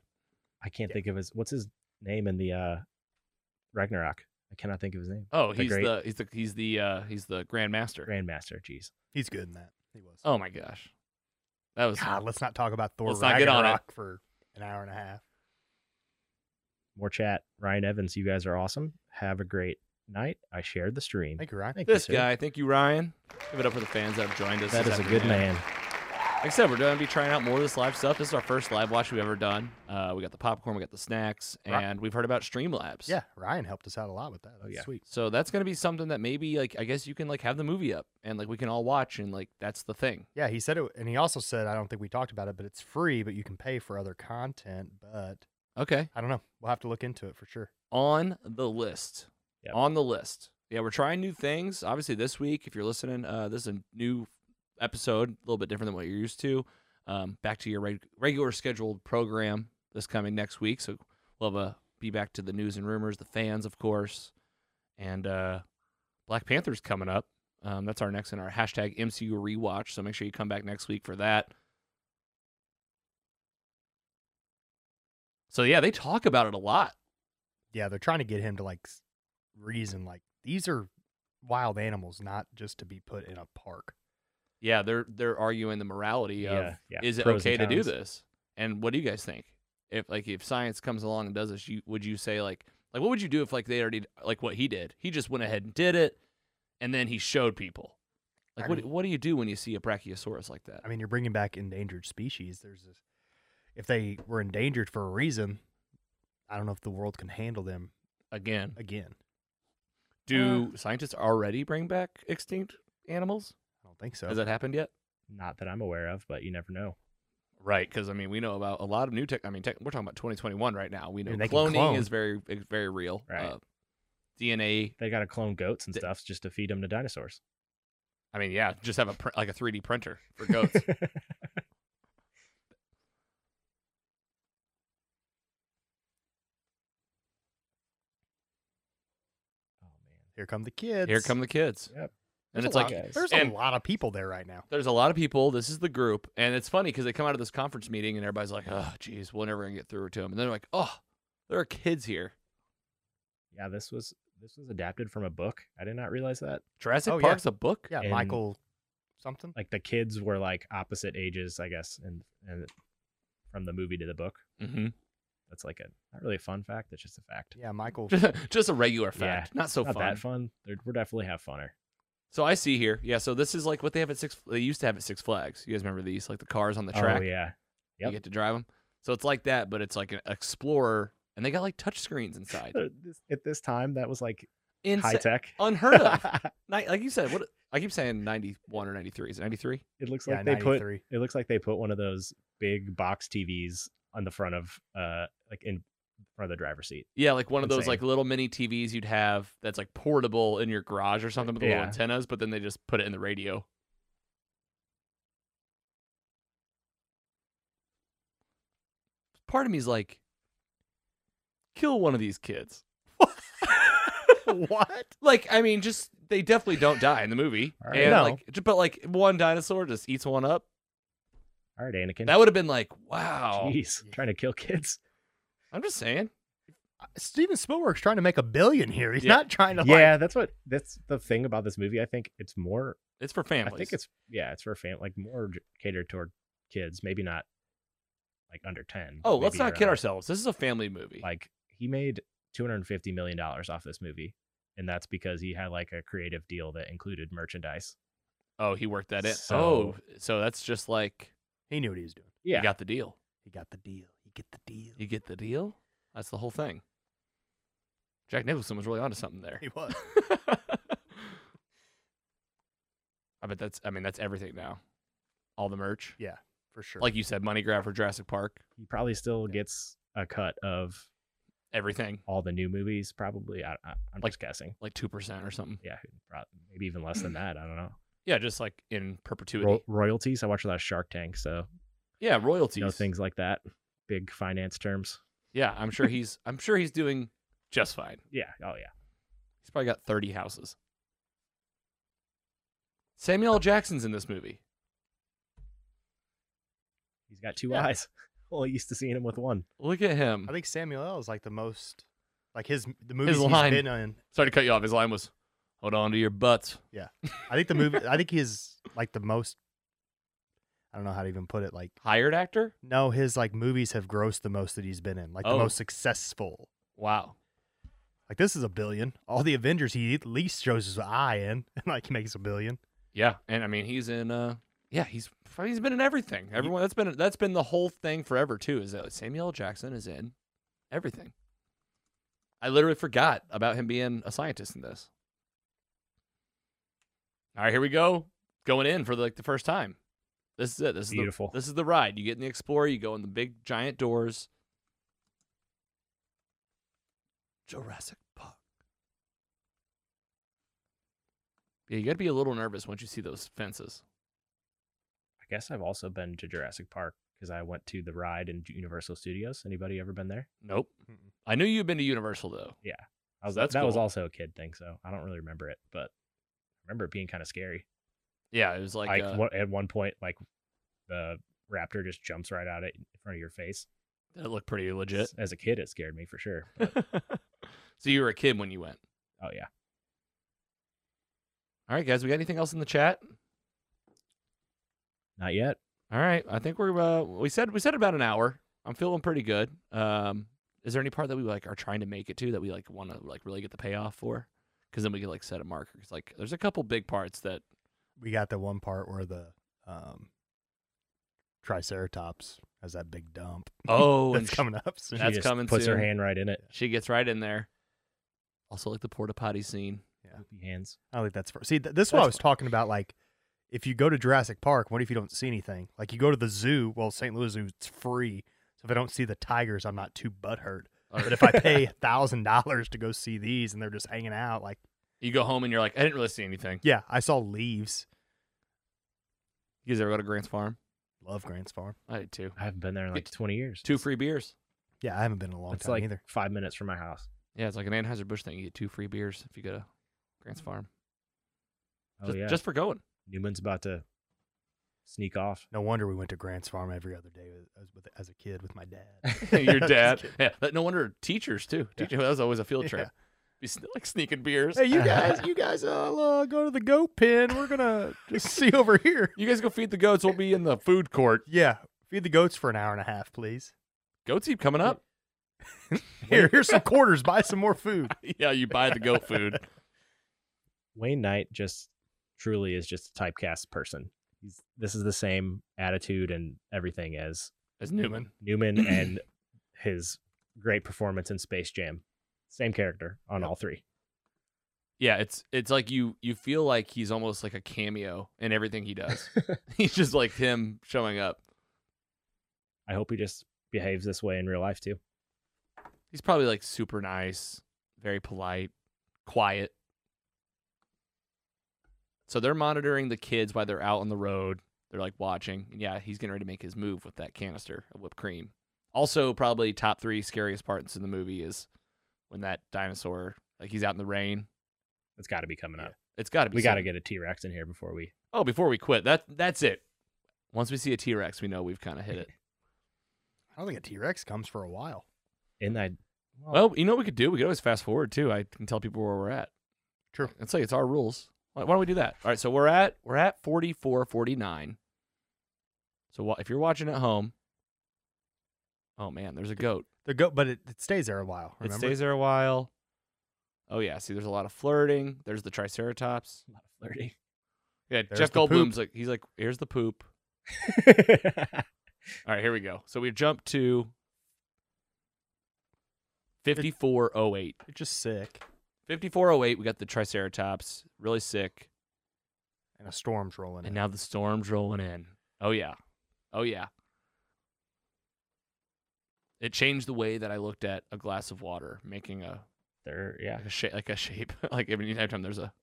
[SPEAKER 3] I can't think of his what's his name in the uh Ragnarok. I cannot think of his name.
[SPEAKER 1] Oh,
[SPEAKER 3] The
[SPEAKER 1] he's
[SPEAKER 3] great-
[SPEAKER 1] the he's the he's the uh, he's the grandmaster.
[SPEAKER 3] Grandmaster, jeez.
[SPEAKER 2] He's good in that. He was.
[SPEAKER 1] Oh my gosh, that was
[SPEAKER 2] God, let's not talk about Thor
[SPEAKER 1] Let's not
[SPEAKER 2] Ragnarok
[SPEAKER 1] get on it.
[SPEAKER 2] for an hour and a half.
[SPEAKER 3] More chat. Ryan Evans, you guys are awesome. Have a great night. I shared the stream.
[SPEAKER 2] Thank you, Ryan.
[SPEAKER 3] Thank you,
[SPEAKER 1] this
[SPEAKER 3] sir.
[SPEAKER 1] guy. Thank you, Ryan. Give it up for the fans that have joined us.
[SPEAKER 3] That
[SPEAKER 1] this
[SPEAKER 3] is a good
[SPEAKER 1] afternoon.
[SPEAKER 3] man.
[SPEAKER 1] Like I said, we're going to be trying out more of this live stuff. This is our first live watch we've ever done. Uh, we got the popcorn, we got the snacks,
[SPEAKER 2] Right.
[SPEAKER 1] and we've heard about Streamlabs.
[SPEAKER 2] Yeah, Ryan helped us out a lot with
[SPEAKER 1] Oh,
[SPEAKER 2] that. That's
[SPEAKER 3] yeah.
[SPEAKER 2] sweet.
[SPEAKER 1] So that's going to be something that maybe like I guess you can like have the movie up and like we can all watch and like that's the thing.
[SPEAKER 2] Yeah, he said it, and he also said I don't think we talked about it, but it's free, but you can pay for other content. But
[SPEAKER 1] Okay.
[SPEAKER 2] I don't know. We'll have to look into it for sure.
[SPEAKER 1] On the list.
[SPEAKER 3] Yep.
[SPEAKER 1] On the list. Yeah, we're trying new things. Obviously this week if you're listening, uh this is a new episode, a little bit different than what you're used to. Um back to your reg- regular scheduled program this coming next week. So we'll have a be back to the news and rumors, the fans of course. And uh Black Panther's coming up. Um, that's our next in our hashtag MCU rewatch. So make sure you come back next week for that. So yeah, they talk about it a lot.
[SPEAKER 2] Yeah, they're trying to get him to like s- reason like these are wild animals, not just to be put in a park.
[SPEAKER 1] Yeah, they're they're arguing the morality of
[SPEAKER 3] Yeah, yeah.
[SPEAKER 1] is it
[SPEAKER 3] Pros and
[SPEAKER 1] okay to do
[SPEAKER 3] cons.
[SPEAKER 1] this? And what do you guys think? If like if science comes along and does this, you would you say like like what would you do if like they already like what he did? He just went ahead and did it, and then he showed people. Like
[SPEAKER 2] I
[SPEAKER 1] what
[SPEAKER 2] mean-
[SPEAKER 1] what do you do when you see a brachiosaurus like that?
[SPEAKER 2] I mean, you're bringing back endangered species. There's this, if they were endangered for a reason, I don't know if the world can handle them
[SPEAKER 1] Again,
[SPEAKER 2] again.
[SPEAKER 1] do scientists already bring back extinct animals?
[SPEAKER 2] I don't think so.
[SPEAKER 1] Has that happened yet?
[SPEAKER 3] Not that I'm aware of, but you never know.
[SPEAKER 1] Right, because I mean, we know about a lot of new tech. I mean, tech, we're talking about 2021 right now. We know
[SPEAKER 2] mean, they can
[SPEAKER 1] cloning
[SPEAKER 2] clone.
[SPEAKER 1] is very, is very real. uh,
[SPEAKER 3] Right.
[SPEAKER 1] DNA.
[SPEAKER 3] They got to clone goats and
[SPEAKER 1] Th-
[SPEAKER 3] stuff just to feed them
[SPEAKER 1] [laughs]
[SPEAKER 3] to dinosaurs.
[SPEAKER 1] I mean, yeah, just have a pr- like a 3D printer for
[SPEAKER 3] [laughs]
[SPEAKER 1] goats.
[SPEAKER 3] Oh, Oh man.
[SPEAKER 2] Here come the kids.
[SPEAKER 1] Here come the kids.
[SPEAKER 3] Yep.
[SPEAKER 1] And
[SPEAKER 2] There's
[SPEAKER 1] it's
[SPEAKER 2] a
[SPEAKER 1] like
[SPEAKER 2] lot-
[SPEAKER 3] guys.
[SPEAKER 2] there's
[SPEAKER 1] and-
[SPEAKER 2] a lot of people there right now.
[SPEAKER 1] there's a lot of people. This is the group, and it's funny because they come out of this conference meeting and everybody's like, "Oh, geez, we're never gonna get through to them." And they're like, "Oh, there are kids here."
[SPEAKER 3] Yeah, this was this was adapted from a book. I did not realize that.
[SPEAKER 1] Jurassic
[SPEAKER 2] Oh, yeah.
[SPEAKER 1] Park's a book.
[SPEAKER 2] Yeah,
[SPEAKER 3] And-
[SPEAKER 2] Michael, something.
[SPEAKER 3] Like the kids were like opposite ages, I guess, and and from the movie to the book.
[SPEAKER 1] hmm
[SPEAKER 3] That's like a not really a fun fact. That's just a fact.
[SPEAKER 2] Yeah, Michael.
[SPEAKER 1] [laughs] just a regular fact, not so
[SPEAKER 3] not
[SPEAKER 1] fun.
[SPEAKER 3] that fun. They're, we're definitely have funner.
[SPEAKER 1] So I see here. Yeah, so this is like what they have at Six. They used to have at Six Flags. You guys remember these, like the cars on the track.
[SPEAKER 3] Oh yeah,
[SPEAKER 1] You
[SPEAKER 3] Yep.
[SPEAKER 1] get to drive them. So it's like that, but it's like an Explorer, and they got like touch screens
[SPEAKER 3] [laughs]
[SPEAKER 1] inside.
[SPEAKER 3] Uh, this- at this time that was like
[SPEAKER 1] Insane, Oh, [laughs]
[SPEAKER 3] high tech.
[SPEAKER 1] unheard of. Ni- like you said, what [sighs] I keep saying, ninety-one or ninety-three. Is it ninety-three?
[SPEAKER 3] it looks
[SPEAKER 2] yeah,
[SPEAKER 3] like they put
[SPEAKER 2] 93.
[SPEAKER 3] it looks like they put one of those big box TVs on the front of uh like in front of the driver's seat.
[SPEAKER 1] Yeah, like one of those
[SPEAKER 3] Insane.
[SPEAKER 1] like little mini TVs you'd have that's like portable in your garage or something with the little
[SPEAKER 3] Yeah.
[SPEAKER 1] antennas, but then they just put it in the radio. Part of me's like, kill one of these kids.
[SPEAKER 2] [laughs] what?
[SPEAKER 1] Like, I mean, just they definitely don't die in the [laughs] movie,
[SPEAKER 3] All right.
[SPEAKER 1] and
[SPEAKER 2] No.
[SPEAKER 1] like, j- but like one dinosaur just eats one up.
[SPEAKER 3] All right, Anakin.
[SPEAKER 1] That oh. would have been like, wow.
[SPEAKER 3] Jeez, trying to
[SPEAKER 1] [laughs]
[SPEAKER 3] kill kids.
[SPEAKER 1] I'm just saying.
[SPEAKER 2] Steven Spielberg's trying to make a billion here. He's
[SPEAKER 1] Yeah.
[SPEAKER 2] not trying to.
[SPEAKER 3] yeah,
[SPEAKER 2] Like,
[SPEAKER 3] that's what that's the thing about this movie. I think it's more.
[SPEAKER 1] It's for families.
[SPEAKER 3] I think it's yeah, it's for fam like more j- catered toward kids. Maybe not like under ten. but
[SPEAKER 1] Oh, let's
[SPEAKER 3] maybe
[SPEAKER 1] not kid
[SPEAKER 3] around-
[SPEAKER 1] ourselves. This is a family movie.
[SPEAKER 3] Like he made two hundred and fifty million dollars off this movie, and that's because he had like a creative deal that included merchandise.
[SPEAKER 1] Oh, he worked that in.
[SPEAKER 3] So-
[SPEAKER 1] oh, so that's just like
[SPEAKER 2] he knew what he was doing.
[SPEAKER 1] you got the deal.
[SPEAKER 2] He got the deal. He get the deal.
[SPEAKER 1] You get the deal. That's the whole thing. Jack Nicholson was really onto something there.
[SPEAKER 2] [laughs] He
[SPEAKER 1] [laughs]
[SPEAKER 2] was.
[SPEAKER 1] I bet that's. I mean, that's everything now. All the merch.
[SPEAKER 2] Yeah, for sure.
[SPEAKER 1] Like you said, money grab for Jurassic Park,
[SPEAKER 3] He probably still gets a cut of
[SPEAKER 1] everything,
[SPEAKER 3] all the new movies. Probably, I, I, I'm
[SPEAKER 1] Like-
[SPEAKER 3] just guessing.
[SPEAKER 1] like 2% or something.
[SPEAKER 3] Yeah, prob- maybe even less than that. I don't know.
[SPEAKER 1] Yeah, just like in perpetuity.
[SPEAKER 3] Ro- royalties. I watch a lot of Shark Tank, so
[SPEAKER 1] yeah, royalties.
[SPEAKER 3] you know things like that. Big finance terms.
[SPEAKER 1] Yeah, I'm sure he's I'm sure he's doing just fine.
[SPEAKER 3] Yeah. Oh yeah.
[SPEAKER 1] He's probably got 30 houses. Samuel L. Jackson's in this movie.
[SPEAKER 3] He's got two
[SPEAKER 1] Yeah.
[SPEAKER 3] eyes. [laughs] Only used to seeing him with one.
[SPEAKER 1] Look at him.
[SPEAKER 2] I think Samuel L. is like the most, like his the movies
[SPEAKER 1] line.
[SPEAKER 2] he's been in.
[SPEAKER 1] Sorry to cut you off. His line was, "Hold on to your butts."
[SPEAKER 2] I think the movie. I think he's like the most. I don't know how to even put it. Like
[SPEAKER 1] Hired actor?
[SPEAKER 2] no, his like movies have grossed the most that he's been in. Like
[SPEAKER 1] Oh.
[SPEAKER 2] the most successful.
[SPEAKER 1] Wow.
[SPEAKER 2] Like this is a billion. All the Avengers he at least shows his eye in, [laughs] and like he makes a billion.
[SPEAKER 1] Yeah, and I mean he's in. uh Yeah, he's he's been in everything. Everyone that's been that's been the whole thing forever too. Is that Samuel L. Jackson is in everything. I literally forgot about him being a scientist in this. All right, here we go. Going in for like the first time. This is it. This is the-
[SPEAKER 3] Beautiful.
[SPEAKER 1] this is the ride. You get in the Explorer. You go in the big giant doors. Jurassic Park. Yeah, you got to be a little nervous once you see those fences.
[SPEAKER 3] I guess I've also been to Jurassic Park because I went to the ride in Universal Studios. Anybody ever been there?
[SPEAKER 1] Nope.
[SPEAKER 2] Mm-mm.
[SPEAKER 1] I knew you've been to Universal though.
[SPEAKER 3] I was,
[SPEAKER 1] That's
[SPEAKER 3] that was
[SPEAKER 1] cool.
[SPEAKER 3] also a kid thing, so I don't really remember it, but I remember it being kind of scary.
[SPEAKER 1] Yeah, it was like,
[SPEAKER 3] Like,
[SPEAKER 1] uh,
[SPEAKER 3] one- at one point, like the raptor just jumps right out at in front of your face.
[SPEAKER 1] that looked pretty
[SPEAKER 2] [laughs]
[SPEAKER 1] legit.
[SPEAKER 3] As a kid, it scared me for sure.
[SPEAKER 1] so you were a kid when you went.
[SPEAKER 3] Oh yeah,
[SPEAKER 1] All right, guys, we got anything else in the chat?
[SPEAKER 3] not yet.
[SPEAKER 1] All right, I think we're uh, we said we said about an hour. I'm feeling pretty good. Um, is there any part that we like are trying to make it to that we like want to like really get the payoff for? Because then we could like set a marker. 'Cause, like there's a couple big parts
[SPEAKER 2] [laughs]
[SPEAKER 1] that
[SPEAKER 2] We got the one part where the um, Triceratops has that big dump.
[SPEAKER 1] oh
[SPEAKER 2] [laughs] that's
[SPEAKER 1] and she,
[SPEAKER 2] coming up soon.
[SPEAKER 3] She
[SPEAKER 1] That's
[SPEAKER 3] just
[SPEAKER 1] coming
[SPEAKER 3] Puts her
[SPEAKER 1] soon.
[SPEAKER 3] hand right in it.
[SPEAKER 1] she gets right in there. Also like the porta potty scene.
[SPEAKER 3] Poopy hands.
[SPEAKER 2] I don't think that's for. See, th- this is what I
[SPEAKER 1] That's
[SPEAKER 2] was talking about. Like, if you go to Jurassic Park, what if you don't see anything? Like, you go to the zoo. Well, St. Louis Zoo, it's free. So if I don't see the tigers, I'm not too butthurt.
[SPEAKER 1] Or
[SPEAKER 2] But if
[SPEAKER 1] [laughs]
[SPEAKER 2] I pay thousand dollars to go see these and they're just hanging out, like,
[SPEAKER 1] you go home and you're like, I didn't really see anything.
[SPEAKER 2] yeah, I saw leaves.
[SPEAKER 1] You guys ever go to Grant's Farm?
[SPEAKER 2] Love Grant's Farm.
[SPEAKER 1] I did too.
[SPEAKER 3] I haven't been there in like
[SPEAKER 1] Get-
[SPEAKER 3] twenty years.
[SPEAKER 1] Two free beers.
[SPEAKER 2] Yeah, I haven't been in a long
[SPEAKER 3] It's
[SPEAKER 2] time
[SPEAKER 3] like
[SPEAKER 2] either.
[SPEAKER 3] five minutes from my house.
[SPEAKER 1] Yeah, it's like an Anheuser Busch thing. You get two free beers if you go to Grant's Farm.
[SPEAKER 3] Oh
[SPEAKER 1] just,
[SPEAKER 3] yeah,
[SPEAKER 1] just for
[SPEAKER 2] [laughs]
[SPEAKER 1] going.
[SPEAKER 3] Newman's about to sneak off.
[SPEAKER 2] No wonder we went to Grant's Farm every other day with, as, with, as a kid with my dad.
[SPEAKER 1] [laughs]
[SPEAKER 2] [laughs]
[SPEAKER 1] Your
[SPEAKER 2] Just
[SPEAKER 1] dad.
[SPEAKER 2] kidding.
[SPEAKER 1] Yeah. but No wonder teachers too.
[SPEAKER 2] Yeah.
[SPEAKER 1] Teacher, that was always a field trip.
[SPEAKER 2] Yeah.
[SPEAKER 1] Be sn- like sneaking beers. [laughs]
[SPEAKER 2] Hey, you guys, you guys, all uh, go to the goat pen. We're gonna just see over here.
[SPEAKER 1] [laughs] You guys go feed the goats. We'll be in the food court.
[SPEAKER 2] Yeah, feed the goats for an hour and a half, please.
[SPEAKER 1] Goats keep coming up.
[SPEAKER 2] Here, here's some quarters. Buy some more food.
[SPEAKER 1] [laughs] yeah, you buy the goat [laughs] food.
[SPEAKER 3] Wayne Knight just truly is just a typecast person. He's this is the same attitude and everything as
[SPEAKER 1] As Newman. [clears throat]
[SPEAKER 3] Newman and his great performance in Space Jam. Same character on all three.
[SPEAKER 1] Yeah, it's it's like you you feel like he's almost like a cameo in everything he
[SPEAKER 2] [laughs]
[SPEAKER 1] does. [laughs] he's just like him showing up.
[SPEAKER 3] I hope he just behaves this way in real life too.
[SPEAKER 1] He's probably like super nice, very polite, quiet. So they're monitoring the kids while they're out on the road. They're like watching. And yeah, he's getting ready to make his move with that canister of whipped cream. Also, probably top three scariest parts in the movie is when that dinosaur, like he's out in the rain.
[SPEAKER 3] It's got to be coming up.
[SPEAKER 1] It's got to be.
[SPEAKER 3] We got to
[SPEAKER 1] something.
[SPEAKER 3] get a T Rex in here before we.
[SPEAKER 1] Oh, before we quit, that that's it. Once we see a T Rex, we know we've kind of hit it.
[SPEAKER 2] I don't think a T Rex comes for a while.
[SPEAKER 3] And I
[SPEAKER 2] Oh.
[SPEAKER 1] Well, you know what we could do? We could always fast forward too. I can tell people where we're at.
[SPEAKER 2] True.
[SPEAKER 1] Let's say it's our rules. Why, why don't we do that? All right, so we're at we're at 44 49. So wa- if you're watching at home, oh man, there's a goat.
[SPEAKER 2] The goat, but it, it stays there a while. Remember?
[SPEAKER 1] It stays there a while. Oh yeah, see there's a lot of flirting. There's the triceratops.
[SPEAKER 3] a [laughs] lot of
[SPEAKER 1] [laughs]
[SPEAKER 3] flirting.
[SPEAKER 1] Yeah,
[SPEAKER 2] There's
[SPEAKER 1] Jeff
[SPEAKER 2] the poop.
[SPEAKER 1] Goldblum's like he's like here's the poop. All right, here we go. So we jump to 5408.
[SPEAKER 2] It's just sick,
[SPEAKER 1] 5408, we got the triceratops, really sick.
[SPEAKER 2] and a storm's rolling
[SPEAKER 1] And
[SPEAKER 2] in.
[SPEAKER 1] now the storm's rolling in. Oh yeah. Oh yeah. It changed the way that I looked at a glass of water, making a
[SPEAKER 3] There, yeah,
[SPEAKER 1] like a shape, like a shape. [laughs] like every time there's a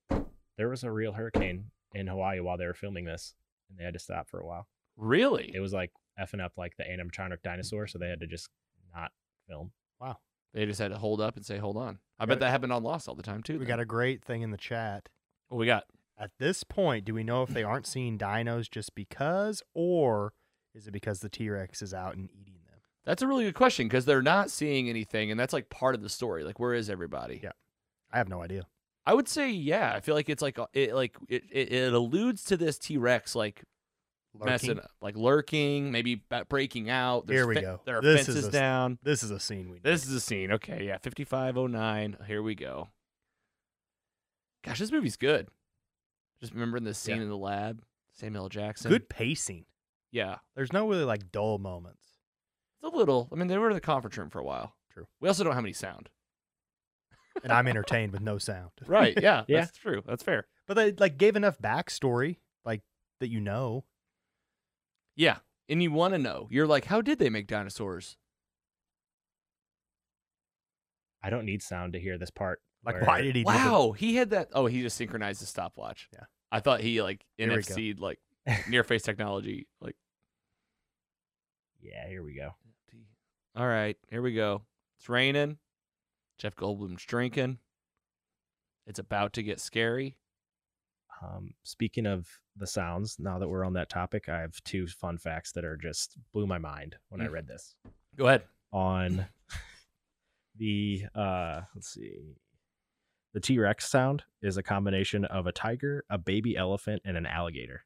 [SPEAKER 3] there was a real hurricane in Hawaii while they were filming this, and they had to stop for a while.
[SPEAKER 1] really.
[SPEAKER 3] It was like effing up like the animatronic dinosaur, so they had to just not film.
[SPEAKER 2] Wow.
[SPEAKER 1] They just had to hold up and say, "Hold on." I
[SPEAKER 2] Got
[SPEAKER 1] bet
[SPEAKER 2] it.
[SPEAKER 1] that happened on Lost all the time too.
[SPEAKER 2] We
[SPEAKER 1] then.
[SPEAKER 2] got a great thing in the chat.
[SPEAKER 1] What we got?
[SPEAKER 2] At this point, do we know if they aren't seeing dinos just because, or is it because the T Rex is out and eating them?
[SPEAKER 1] That's a really good question because they're not seeing anything, and that's like part of the story. Like, where is everybody?
[SPEAKER 2] Yeah. I have no idea.
[SPEAKER 1] I would say, yeah. I feel like it's like uh, it like it it, it alludes to this T Rex like messing
[SPEAKER 2] Lurking.
[SPEAKER 1] up, like lurking, maybe ba- breaking out.
[SPEAKER 2] Here we
[SPEAKER 1] fe-
[SPEAKER 2] go.
[SPEAKER 1] There are
[SPEAKER 2] This is
[SPEAKER 1] fences
[SPEAKER 2] a-
[SPEAKER 1] down.
[SPEAKER 2] This is a scene we.
[SPEAKER 1] This is a scene. Okay, yeah, fifty-five oh nine. Here we go. Gosh, this movie's good. Just remembering this scene in the lab. Samuel L. Jackson.
[SPEAKER 2] Good pacing.
[SPEAKER 1] Yeah,
[SPEAKER 2] There's no really like dull moments.
[SPEAKER 1] it's a little. I mean, they were in the conference room for a while.
[SPEAKER 2] True.
[SPEAKER 1] We also don't have any
[SPEAKER 2] [laughs]
[SPEAKER 1] sound.
[SPEAKER 2] and I'm entertained with no sound.
[SPEAKER 1] Right. Yeah.
[SPEAKER 3] Yeah.
[SPEAKER 1] That's true. That's fair.
[SPEAKER 2] But they like gave enough backstory, like that you know.
[SPEAKER 1] Yeah. And you want to know. You're like, how did they make dinosaurs?
[SPEAKER 3] I don't need sound to hear this part.
[SPEAKER 2] Like
[SPEAKER 3] where-
[SPEAKER 2] why did he? do the-
[SPEAKER 1] Wow, he had that. Oh, he just synchronized the stopwatch.
[SPEAKER 2] Yeah.
[SPEAKER 1] I thought he like
[SPEAKER 2] Here we go.
[SPEAKER 1] NFC'd
[SPEAKER 2] [laughs]
[SPEAKER 1] like near face technology. Like,
[SPEAKER 3] Yeah, here we go.
[SPEAKER 1] all right, here we go. It's raining. Jeff Goldblum's drinking. It's about to get scary.
[SPEAKER 3] Um, speaking of the sounds, now that we're on that topic, I have two fun facts that are just blew my mind when I
[SPEAKER 1] Mm.
[SPEAKER 3] read this.
[SPEAKER 1] Go ahead.
[SPEAKER 3] on [laughs] the uh let's see the t-rex sound is a combination of a tiger a baby elephant and an alligator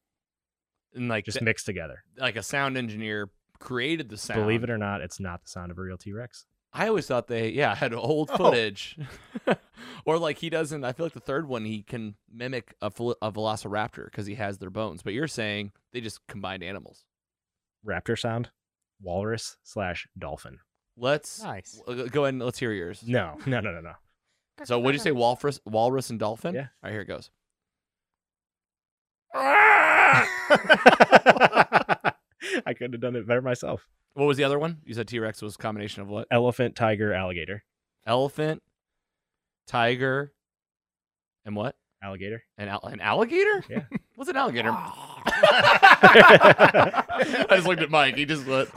[SPEAKER 1] And like,
[SPEAKER 3] just
[SPEAKER 1] th-
[SPEAKER 3] mixed together
[SPEAKER 1] like a sound engineer created the sound.
[SPEAKER 3] believe it or not it's not the sound of a real t-rex
[SPEAKER 1] I always thought they, yeah, had old
[SPEAKER 2] Oh.
[SPEAKER 1] footage, [laughs] or like he doesn't. I feel like the third one he can mimic a, fel- a velociraptor because he has their bones. But you're saying they just combined animals.
[SPEAKER 3] raptor sound walrus slash dolphin
[SPEAKER 1] Let's
[SPEAKER 2] Nice.
[SPEAKER 1] w- go ahead and let's hear yours. [laughs]
[SPEAKER 3] no no no no no
[SPEAKER 1] So what would you say, walrus, walrus, and dolphin?
[SPEAKER 3] Yeah.
[SPEAKER 1] All right, here it goes.
[SPEAKER 3] i could have done it better myself
[SPEAKER 1] What was the other one? You said T Rex was a combination of what?
[SPEAKER 3] elephant tiger alligator
[SPEAKER 1] Elephant, tiger, and what?
[SPEAKER 3] alligator
[SPEAKER 1] An al- an alligator?
[SPEAKER 3] Yeah.
[SPEAKER 1] [laughs] What's an alligator?
[SPEAKER 2] [laughs]
[SPEAKER 1] [laughs] I just [laughs] looked at Mike. He just went.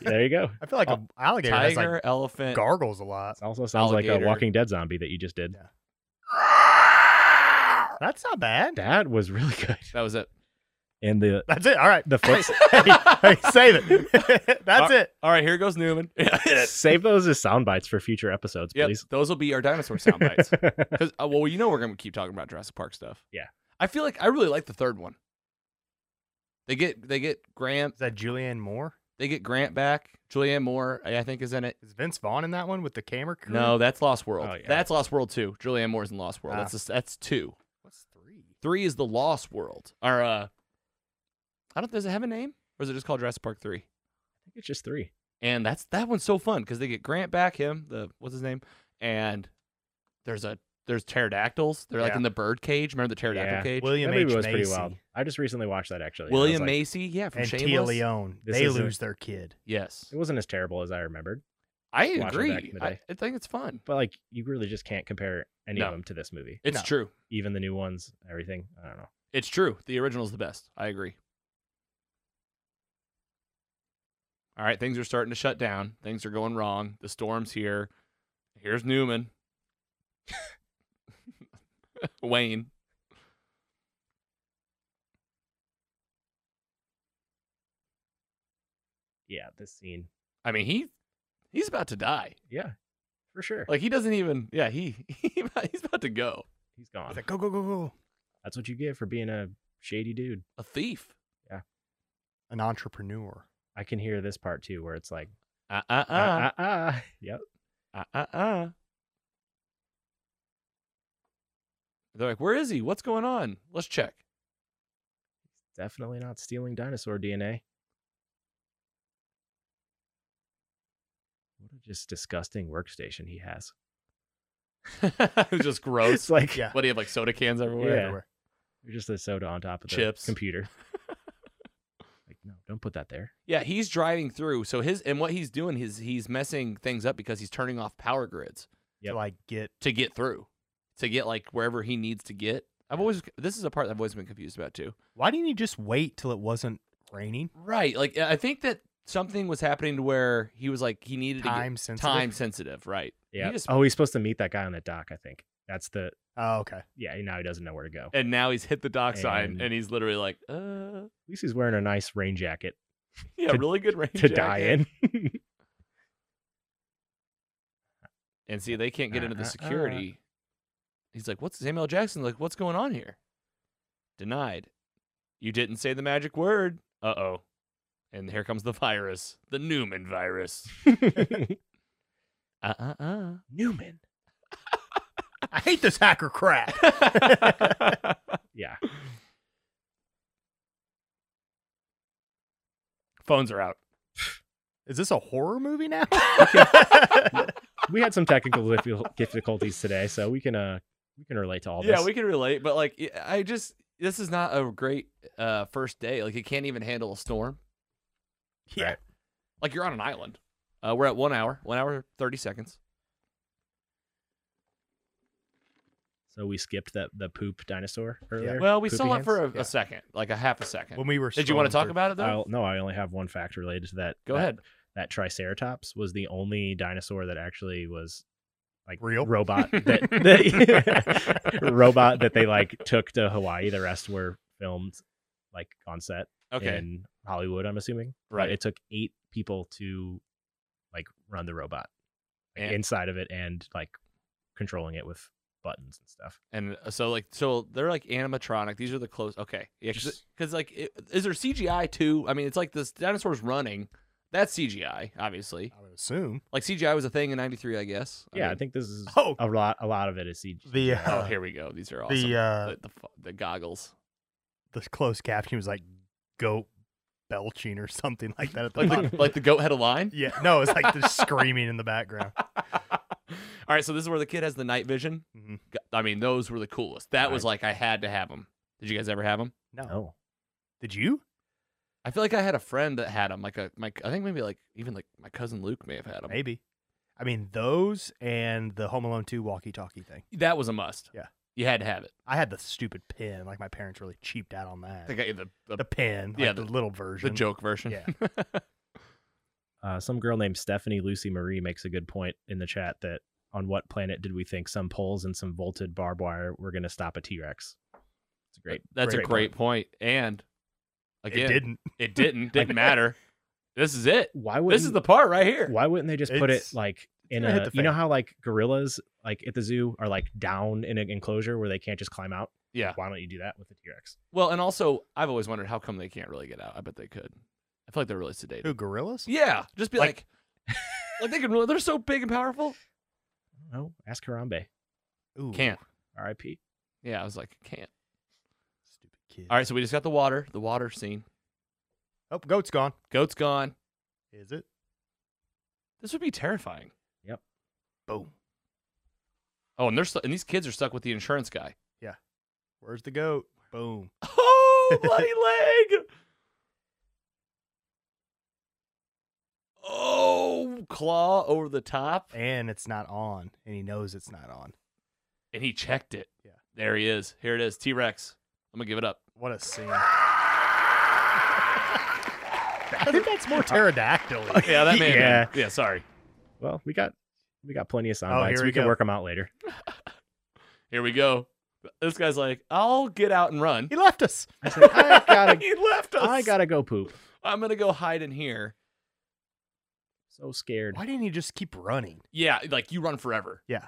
[SPEAKER 3] there you go
[SPEAKER 2] I feel like an alligator has
[SPEAKER 1] Tiger,
[SPEAKER 2] like
[SPEAKER 1] elephant.
[SPEAKER 2] gargles a
[SPEAKER 3] [laughs]
[SPEAKER 2] lot.
[SPEAKER 3] it also sounds like a
[SPEAKER 1] Alligator.
[SPEAKER 3] walking dead zombie that you just did
[SPEAKER 2] Yeah. That's not bad.
[SPEAKER 3] that was really [laughs] good
[SPEAKER 1] that was it.
[SPEAKER 3] and the
[SPEAKER 2] That's it. All right.
[SPEAKER 3] the foot
[SPEAKER 2] [laughs] hey, hey, save it. [laughs] That's it.
[SPEAKER 1] All right, here goes
[SPEAKER 3] [laughs]
[SPEAKER 1] Newman.
[SPEAKER 3] Save those as sound bites for future episodes,
[SPEAKER 1] Yep,
[SPEAKER 3] please.
[SPEAKER 1] those will be our dinosaur sound
[SPEAKER 3] [laughs]
[SPEAKER 1] bites. Because uh, well, you know we're gonna keep talking about Jurassic Park stuff.
[SPEAKER 3] Yeah.
[SPEAKER 1] I feel like I really like the third one. They get they get Grant
[SPEAKER 2] Is that Julianne Moore?
[SPEAKER 1] they get Grant back. Julianne Moore I I think is in it.
[SPEAKER 2] Is Vince Vaughn in that one with the camera crew?
[SPEAKER 1] No, that's Lost World.
[SPEAKER 3] Oh, yeah.
[SPEAKER 1] That's Lost World two. Julianne Moore's in Lost World.
[SPEAKER 2] Ah.
[SPEAKER 1] That's that's two.
[SPEAKER 2] What's three?
[SPEAKER 1] Three is the Lost World. Or uh, I don't does it have a name or is it just called Jurassic Park three?
[SPEAKER 3] it's just three.
[SPEAKER 1] And that's that one's so fun because they get Grant back, him, the what's his name? And there's a there's pterodactyls. They're like
[SPEAKER 2] Yeah.
[SPEAKER 1] in the bird cage. Remember the pterodactyl
[SPEAKER 3] Yeah.
[SPEAKER 1] cage?
[SPEAKER 2] William
[SPEAKER 3] that movie
[SPEAKER 2] H.
[SPEAKER 3] was pretty
[SPEAKER 2] Macy
[SPEAKER 3] wild. I just recently watched that actually. and I was
[SPEAKER 1] William
[SPEAKER 3] like,
[SPEAKER 1] Macy, yeah, from
[SPEAKER 2] and Tia
[SPEAKER 1] Shameless.
[SPEAKER 2] Leone.
[SPEAKER 3] This
[SPEAKER 2] They
[SPEAKER 3] isn't-
[SPEAKER 2] lose their kid.
[SPEAKER 1] Yes,
[SPEAKER 3] It wasn't as terrible as I remembered,
[SPEAKER 1] I
[SPEAKER 3] watching back
[SPEAKER 1] agree.
[SPEAKER 3] in the
[SPEAKER 1] I,
[SPEAKER 3] day.
[SPEAKER 1] I think it's fun.
[SPEAKER 3] but like you really just can't compare any
[SPEAKER 1] No.
[SPEAKER 3] of them to this movie.
[SPEAKER 1] It's
[SPEAKER 2] No.
[SPEAKER 1] true.
[SPEAKER 3] Even the new ones, everything. I don't know.
[SPEAKER 1] It's true. The original's the best. I agree. All right, things are starting to shut down. Things are going wrong. The storm's here. Here's Newman. [laughs] Wayne.
[SPEAKER 3] Yeah, this scene.
[SPEAKER 1] I mean, he he's about to die.
[SPEAKER 3] Yeah, for sure.
[SPEAKER 1] Like he doesn't even. Yeah, he, [laughs] he he's about to go.
[SPEAKER 3] He's gone.
[SPEAKER 2] He's like, go, go, go, go.
[SPEAKER 3] That's what you get for being a shady dude.
[SPEAKER 1] A thief.
[SPEAKER 2] An entrepreneur.
[SPEAKER 3] I can hear this part too, where it's like,
[SPEAKER 1] Uh uh
[SPEAKER 3] ah, ah, ah. [laughs] Yep.
[SPEAKER 1] Uh uh uh. They're like, where is he? What's going on? Let's check. [laughs]
[SPEAKER 3] Definitely not stealing dinosaur DNA. What a just disgusting workstation he has. [laughs]
[SPEAKER 1] it was just gross.
[SPEAKER 3] It's like
[SPEAKER 1] [laughs]
[SPEAKER 2] Yeah.
[SPEAKER 1] what do you have like soda cans everywhere?
[SPEAKER 3] Yeah. You're just a soda on top of the
[SPEAKER 1] Chips.
[SPEAKER 3] computer. like, No, don't put that there.
[SPEAKER 1] Yeah, he's driving through. So his and what he's doing is he's messing things up because he's turning off power grids
[SPEAKER 3] Yep.
[SPEAKER 2] to like get
[SPEAKER 1] to get through, to get like wherever he needs to get. I've always this is a part that I've always been confused about too.
[SPEAKER 2] why didn't he just wait till it wasn't raining?
[SPEAKER 1] Right, like I think that something was happening to where he was like he needed
[SPEAKER 2] Time
[SPEAKER 1] to get
[SPEAKER 2] sensitive.
[SPEAKER 1] time sensitive. Right. He
[SPEAKER 3] Yeah.
[SPEAKER 1] just-
[SPEAKER 3] oh, he's supposed to meet that guy on the dock. I think that's the.
[SPEAKER 2] Oh, okay.
[SPEAKER 3] Yeah. Now he doesn't know where to go. At
[SPEAKER 1] and now he's hit the dock sign
[SPEAKER 3] And-
[SPEAKER 1] and he's literally like, uh,
[SPEAKER 3] least he's wearing a nice rain
[SPEAKER 1] [laughs]
[SPEAKER 3] jacket
[SPEAKER 1] yeah,
[SPEAKER 3] To-
[SPEAKER 1] really good range
[SPEAKER 3] to die in.
[SPEAKER 1] And see, they can't get
[SPEAKER 3] Uh,
[SPEAKER 1] into
[SPEAKER 3] uh,
[SPEAKER 1] the
[SPEAKER 3] uh.
[SPEAKER 1] security. He's like, "What's Samuel Jackson? Like, what's going on here?" Denied. You didn't say the magic word. Uh oh. And here comes the virus, the Newman virus. [laughs] Uh uh uh.
[SPEAKER 3] [laughs] Newman.
[SPEAKER 2] I hate this hacker
[SPEAKER 1] [laughs]
[SPEAKER 2] crap.
[SPEAKER 3] Yeah.
[SPEAKER 1] Phones are out.
[SPEAKER 2] Is this a horror
[SPEAKER 1] [laughs]
[SPEAKER 2] movie now? [laughs]
[SPEAKER 3] We had some technical difficul- difficulties today, so we can uh we can relate to all
[SPEAKER 1] yeah,
[SPEAKER 3] this.
[SPEAKER 1] we can relate, but like, I- I just this is not a great uh first day. Like, you can't even handle a storm.
[SPEAKER 2] yeah.
[SPEAKER 1] Like, you're on an island. Uh, we're at one hour, one hour thirty seconds.
[SPEAKER 3] So we skipped that the poop dinosaur earlier.
[SPEAKER 1] Well, we saw
[SPEAKER 3] Poopy
[SPEAKER 1] it for a,
[SPEAKER 2] hands? Yeah.
[SPEAKER 1] a second, like a half a second.
[SPEAKER 2] When we were.
[SPEAKER 1] Did you want to talk
[SPEAKER 2] strolling
[SPEAKER 1] about it though?
[SPEAKER 3] I'll, no, I only have one fact related to that.
[SPEAKER 1] Go
[SPEAKER 3] that-
[SPEAKER 1] ahead.
[SPEAKER 3] That Triceratops was the only dinosaur that actually was like
[SPEAKER 2] Real?
[SPEAKER 1] [laughs]
[SPEAKER 3] robot that, that [laughs] robot that they like took to Hawaii. The rest were filmed like on set
[SPEAKER 1] Okay.
[SPEAKER 3] in Hollywood. I'm assuming. But
[SPEAKER 1] Right.
[SPEAKER 3] it took eight people to like run the robot like,
[SPEAKER 1] And-
[SPEAKER 3] inside of it and like controlling it with buttons and stuff.
[SPEAKER 1] and uh, so like so they're like animatronic. These are the close. Okay. Yeah. Because
[SPEAKER 3] Just-
[SPEAKER 1] like it, is there CGI too? I mean, it's like this dinosaur's running. That's CGI, obviously.
[SPEAKER 2] through- I would assume
[SPEAKER 1] Like CGI was a thing in '93, I guess.
[SPEAKER 3] yeah, I
[SPEAKER 1] mean-
[SPEAKER 3] think this is
[SPEAKER 2] Oh.
[SPEAKER 3] a lot. A lot of it is CG.
[SPEAKER 2] the
[SPEAKER 1] Oh,
[SPEAKER 2] uh,
[SPEAKER 1] here we go. These are awesome.
[SPEAKER 2] the uh,
[SPEAKER 1] the, the fu- the
[SPEAKER 2] [laughs]
[SPEAKER 1] goggles.
[SPEAKER 2] the closed caption was like goat belching or something like that at the
[SPEAKER 1] Like [laughs]
[SPEAKER 2] bottom.
[SPEAKER 1] the, like the goat had a line.
[SPEAKER 2] yeah, no, it's like just screaming in the background.
[SPEAKER 1] [laughs] All right, so this is where the kid has the night vision.
[SPEAKER 2] Mhm.
[SPEAKER 1] G- I mean, those were the coolest. That was
[SPEAKER 3] Right.
[SPEAKER 1] like I had to have them. Did you guys ever have them?
[SPEAKER 2] No.
[SPEAKER 3] Oh,
[SPEAKER 2] Did you?
[SPEAKER 1] I feel like I had a friend that had them. Like a my, I think maybe like even like my cousin Luke may have had them.
[SPEAKER 2] Maybe. I mean, those and the Home Alone 2 walkie talkie thing.
[SPEAKER 1] That was a must.
[SPEAKER 2] Yeah.
[SPEAKER 1] you had to have it.
[SPEAKER 2] I had the stupid pin. Like, my parents really cheaped out on that.
[SPEAKER 1] They got you the the,
[SPEAKER 2] the pin.
[SPEAKER 1] yeah,
[SPEAKER 2] yeah. The,
[SPEAKER 1] the-
[SPEAKER 2] little
[SPEAKER 1] the
[SPEAKER 2] version.
[SPEAKER 1] joke version.
[SPEAKER 2] Yeah.
[SPEAKER 3] uh, some girl named Stephanie Lucy Marie makes a good point in the chat that on what planet did we think some poles and some volted barbed wire were going to stop a T Rex? It's a great.
[SPEAKER 1] That's a great point. And
[SPEAKER 2] It
[SPEAKER 1] again,
[SPEAKER 2] didn't.
[SPEAKER 1] it
[SPEAKER 2] [laughs]
[SPEAKER 1] didn't didn't matter. This is it.
[SPEAKER 3] Why would
[SPEAKER 1] This is the part right here.
[SPEAKER 3] Why wouldn't they just put it
[SPEAKER 2] It's-
[SPEAKER 3] like in
[SPEAKER 2] gonna hit
[SPEAKER 3] a?
[SPEAKER 2] the
[SPEAKER 3] You know
[SPEAKER 2] fan.
[SPEAKER 3] how like gorillas like at the zoo are like down in an enclosure where they can't just climb out.
[SPEAKER 1] Yeah.
[SPEAKER 3] Why don't you do that with a T Rex?
[SPEAKER 1] Well, and also I've always wondered how come they can't really get out. I bet they could. I feel like they're really sedated.
[SPEAKER 2] Who, gorillas?
[SPEAKER 1] Yeah, just be like,
[SPEAKER 2] Like-
[SPEAKER 1] like, they can really. They're so big and powerful.
[SPEAKER 3] No, ask Harambe.
[SPEAKER 2] Ooh,
[SPEAKER 1] Can't.
[SPEAKER 3] R.I.P.
[SPEAKER 1] Yeah, I was like, can't.
[SPEAKER 2] Stupid kid.
[SPEAKER 1] All right, so we just got the water, the water scene.
[SPEAKER 2] Oh, goat's gone.
[SPEAKER 1] Goat's gone.
[SPEAKER 2] Is it?
[SPEAKER 1] This would be terrifying.
[SPEAKER 2] Boom.
[SPEAKER 1] Oh, and they're stu- and these kids are stuck with the insurance guy.
[SPEAKER 2] Where's the goat? Boom.
[SPEAKER 1] Oh, leg! Oh, claw over the top,
[SPEAKER 2] And it's not on. And he knows it's not on.
[SPEAKER 1] and he checked it.
[SPEAKER 2] Yeah.
[SPEAKER 1] there he is. Here it is, T Rex. I'm gonna give it up.
[SPEAKER 2] What a scene. I think that's
[SPEAKER 1] [laughs]
[SPEAKER 2] more pterodactyl.
[SPEAKER 1] Uh, oh, Yeah, that man.
[SPEAKER 3] Yeah.
[SPEAKER 1] yeah, sorry.
[SPEAKER 3] Well, we got we got plenty of sound
[SPEAKER 2] Oh,
[SPEAKER 3] bites.
[SPEAKER 2] here
[SPEAKER 3] We,
[SPEAKER 2] we
[SPEAKER 3] can
[SPEAKER 2] go.
[SPEAKER 3] work them out later.
[SPEAKER 1] Here we go. This guy's like, I'll get out and run.
[SPEAKER 2] He left us.
[SPEAKER 3] I, said, I gotta
[SPEAKER 1] [laughs] he left us.
[SPEAKER 3] [laughs] I gotta go poop.
[SPEAKER 1] I'm gonna go hide in here.
[SPEAKER 3] So scared.
[SPEAKER 2] Why didn't he just keep running?
[SPEAKER 1] Yeah, like you run forever,
[SPEAKER 2] Yeah.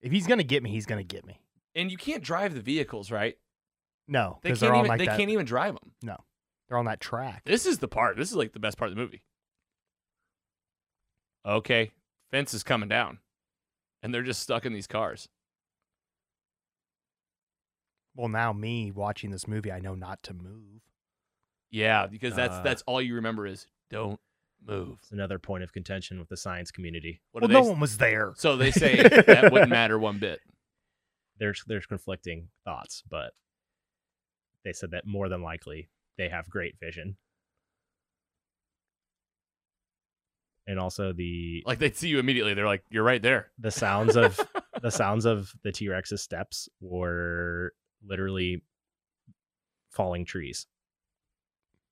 [SPEAKER 2] If he's gonna get me, he's gonna get me.
[SPEAKER 1] and you can't drive the vehicles, right?
[SPEAKER 2] No,
[SPEAKER 1] They
[SPEAKER 2] because
[SPEAKER 1] can't
[SPEAKER 2] they're
[SPEAKER 1] even.
[SPEAKER 2] on like
[SPEAKER 1] they
[SPEAKER 2] that.
[SPEAKER 1] can't even drive them.
[SPEAKER 2] They're on that track.
[SPEAKER 1] This is the part. This is like the best part of the movie. Okay, fence is coming down, and they're just stuck in these cars.
[SPEAKER 2] Well, now me watching this movie, I know not to move.
[SPEAKER 1] Yeah, because that's
[SPEAKER 3] Uh.
[SPEAKER 1] that's all you remember is don't move.
[SPEAKER 3] It's another point of contention with the science community.
[SPEAKER 1] What
[SPEAKER 2] well,
[SPEAKER 1] do
[SPEAKER 2] no
[SPEAKER 1] they?
[SPEAKER 2] one was there.
[SPEAKER 1] [laughs] So they
[SPEAKER 3] [laughs]
[SPEAKER 1] say that wouldn't matter one bit.
[SPEAKER 3] There's there's conflicting thoughts, but they said that more than likely they have great vision. and also the
[SPEAKER 1] Like they see you immediately. They're like, you're right there.
[SPEAKER 3] the
[SPEAKER 1] [laughs]
[SPEAKER 3] sounds of the sounds of the T Rex's steps were literally falling trees.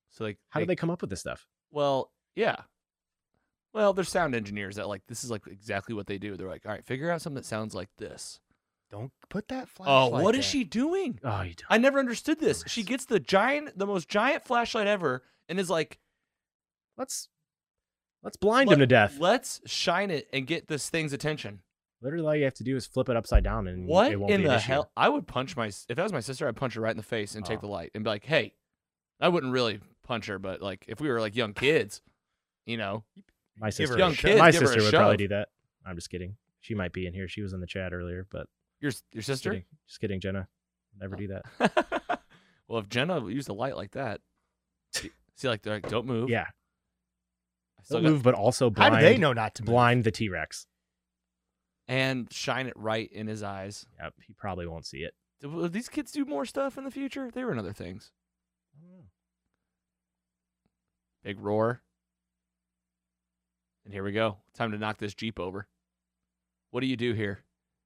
[SPEAKER 1] So like,
[SPEAKER 3] How do they come up with this stuff?
[SPEAKER 1] Well, yeah. Well, there's sound engineers that like this is like exactly what they do. They're like, all right, figure out something that sounds like this.
[SPEAKER 2] Don't put that
[SPEAKER 1] Oh,
[SPEAKER 2] flashlight.
[SPEAKER 1] what is
[SPEAKER 2] there.
[SPEAKER 1] she doing?
[SPEAKER 3] Oh, you don't.
[SPEAKER 1] I never understood this. She
[SPEAKER 3] Dumbass.
[SPEAKER 1] gets the giant, the most giant flashlight ever, and is like,
[SPEAKER 3] Let's let's blind him to
[SPEAKER 1] "Let-
[SPEAKER 3] death.
[SPEAKER 1] Let's shine it and get this thing's attention.
[SPEAKER 3] literally, all you have to do is flip it upside down, and
[SPEAKER 1] What
[SPEAKER 3] It won't
[SPEAKER 1] in
[SPEAKER 3] be an
[SPEAKER 1] the
[SPEAKER 3] issue.
[SPEAKER 1] hell? I would punch my if that was my sister, I'd punch her right in the face and take
[SPEAKER 3] Oh.
[SPEAKER 1] the light and be like, "Hey, I wouldn't really punch her, but like if we were like young kids, you know,
[SPEAKER 2] Give her
[SPEAKER 3] My sister,
[SPEAKER 2] a
[SPEAKER 1] young
[SPEAKER 2] shove.
[SPEAKER 1] kids,
[SPEAKER 3] my
[SPEAKER 1] give her a
[SPEAKER 3] sister would probably
[SPEAKER 1] shove.
[SPEAKER 3] do that. I'm just kidding. She might be in here. She was in the chat earlier, but
[SPEAKER 1] your your
[SPEAKER 3] just
[SPEAKER 1] sister."
[SPEAKER 3] kidding. Just kidding, Jenna. Never
[SPEAKER 1] Oh.
[SPEAKER 3] do that.
[SPEAKER 1] [laughs] well, if Jenna used a light like that, see, see, like they're like, "Don't move."
[SPEAKER 3] Yeah,
[SPEAKER 1] I still
[SPEAKER 3] don't
[SPEAKER 1] got-
[SPEAKER 3] move, but also
[SPEAKER 2] How
[SPEAKER 3] blind.
[SPEAKER 2] do they know not to move?
[SPEAKER 3] Blind the T Rex.
[SPEAKER 1] and shine it right in his eyes.
[SPEAKER 3] Yeah, he probably won't see it.
[SPEAKER 1] Did- Will these kids do more stuff in the future? They were in other things. Big roar. And here we go. Time to knock this Jeep over. What do you do here?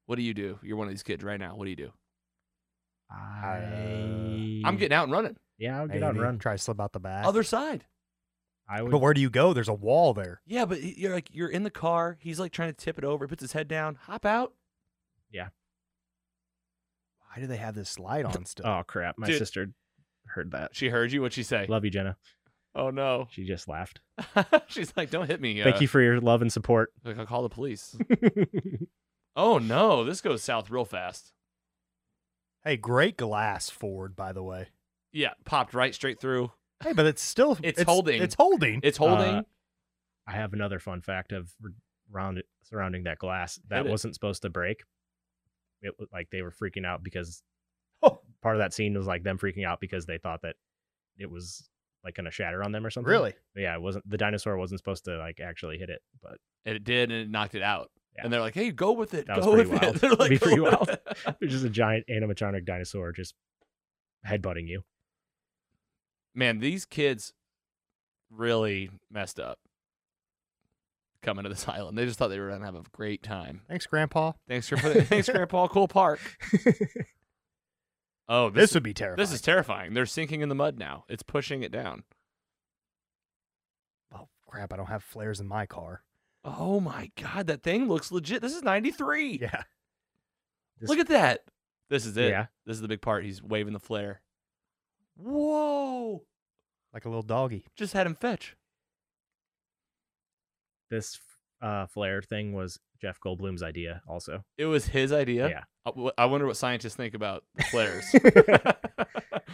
[SPEAKER 1] What do you do? You're one of these kids right now. What do you do?
[SPEAKER 3] I...
[SPEAKER 1] uh, I'm getting out and running.
[SPEAKER 3] Yeah, I would get out and
[SPEAKER 2] Maybe.
[SPEAKER 3] run.
[SPEAKER 2] Try to slip out the back.
[SPEAKER 1] Other side.
[SPEAKER 3] I would.
[SPEAKER 2] but where do you go? There's a wall there.
[SPEAKER 1] Yeah, but y- you're like you're in the car. He's like trying to tip it over. He puts his head down. Hop out.
[SPEAKER 2] Why do they have this light on still?
[SPEAKER 3] Oh crap! My
[SPEAKER 1] Dude.
[SPEAKER 3] sister heard that.
[SPEAKER 1] She heard you. What'd she say?
[SPEAKER 3] Love you, Jenna.
[SPEAKER 1] Oh no. [laughs]
[SPEAKER 3] She just laughed.
[SPEAKER 1] She's like, don't hit me. uh,
[SPEAKER 3] Thank you for your love and support. [laughs]
[SPEAKER 1] Like I'll call the police. oh no, this goes south real fast.
[SPEAKER 2] Hey, great glass, Ford. By the way.
[SPEAKER 1] Yeah, popped right straight through.
[SPEAKER 2] Hey, but [laughs] it's still
[SPEAKER 1] It's holding.
[SPEAKER 2] It's holding.
[SPEAKER 1] It's holding.
[SPEAKER 3] Uh, I have another fun fact of r- round surrounding that glass that
[SPEAKER 1] Hit it.
[SPEAKER 3] wasn't supposed to break. It wa- like they were freaking out because
[SPEAKER 2] Oh.
[SPEAKER 3] part of that scene was like them freaking out because they thought that it was like going to shatter on them or
[SPEAKER 2] [laughs]
[SPEAKER 3] something.
[SPEAKER 2] really?
[SPEAKER 3] But yeah, it wasn't. The dinosaur wasn't supposed to like actually hit it, but
[SPEAKER 1] and it did, and it knocked it out.
[SPEAKER 3] Yeah.
[SPEAKER 1] And they're like, "Hey, go with it.
[SPEAKER 3] That was
[SPEAKER 1] go
[SPEAKER 3] pretty
[SPEAKER 1] with
[SPEAKER 3] wild.
[SPEAKER 1] it." [laughs] They're like,
[SPEAKER 3] Be
[SPEAKER 1] "Go
[SPEAKER 3] pretty
[SPEAKER 1] with
[SPEAKER 3] wild.
[SPEAKER 1] it."
[SPEAKER 3] it was just a giant animatronic dinosaur just headbutting you.
[SPEAKER 1] Man, these kids really messed up coming to this [laughs] island. They just thought they were gonna have a great time.
[SPEAKER 2] Thanks, Grandpa.
[SPEAKER 1] Thanks for thanks, Grandpa. Cool park. [laughs] Oh,
[SPEAKER 2] This,
[SPEAKER 1] this
[SPEAKER 2] would be terrible.
[SPEAKER 1] this is terrifying. They're sinking in the mud now. It's pushing it down.
[SPEAKER 2] oh crap! I don't have flares in my car.
[SPEAKER 1] Oh my god, that thing looks legit. This is ninety three.
[SPEAKER 2] Yeah. [laughs]
[SPEAKER 3] This-
[SPEAKER 1] Look at that. This is it.
[SPEAKER 3] Yeah,
[SPEAKER 1] This is the big part. He's waving the flare. Whoa!
[SPEAKER 2] Like a little doggy.
[SPEAKER 1] Just had him fetch.
[SPEAKER 3] this uh, flare thing was Jeff Goldblum's idea. Also,
[SPEAKER 1] It was his idea.
[SPEAKER 3] Yeah.
[SPEAKER 1] I, w- I wonder what scientists think about the flares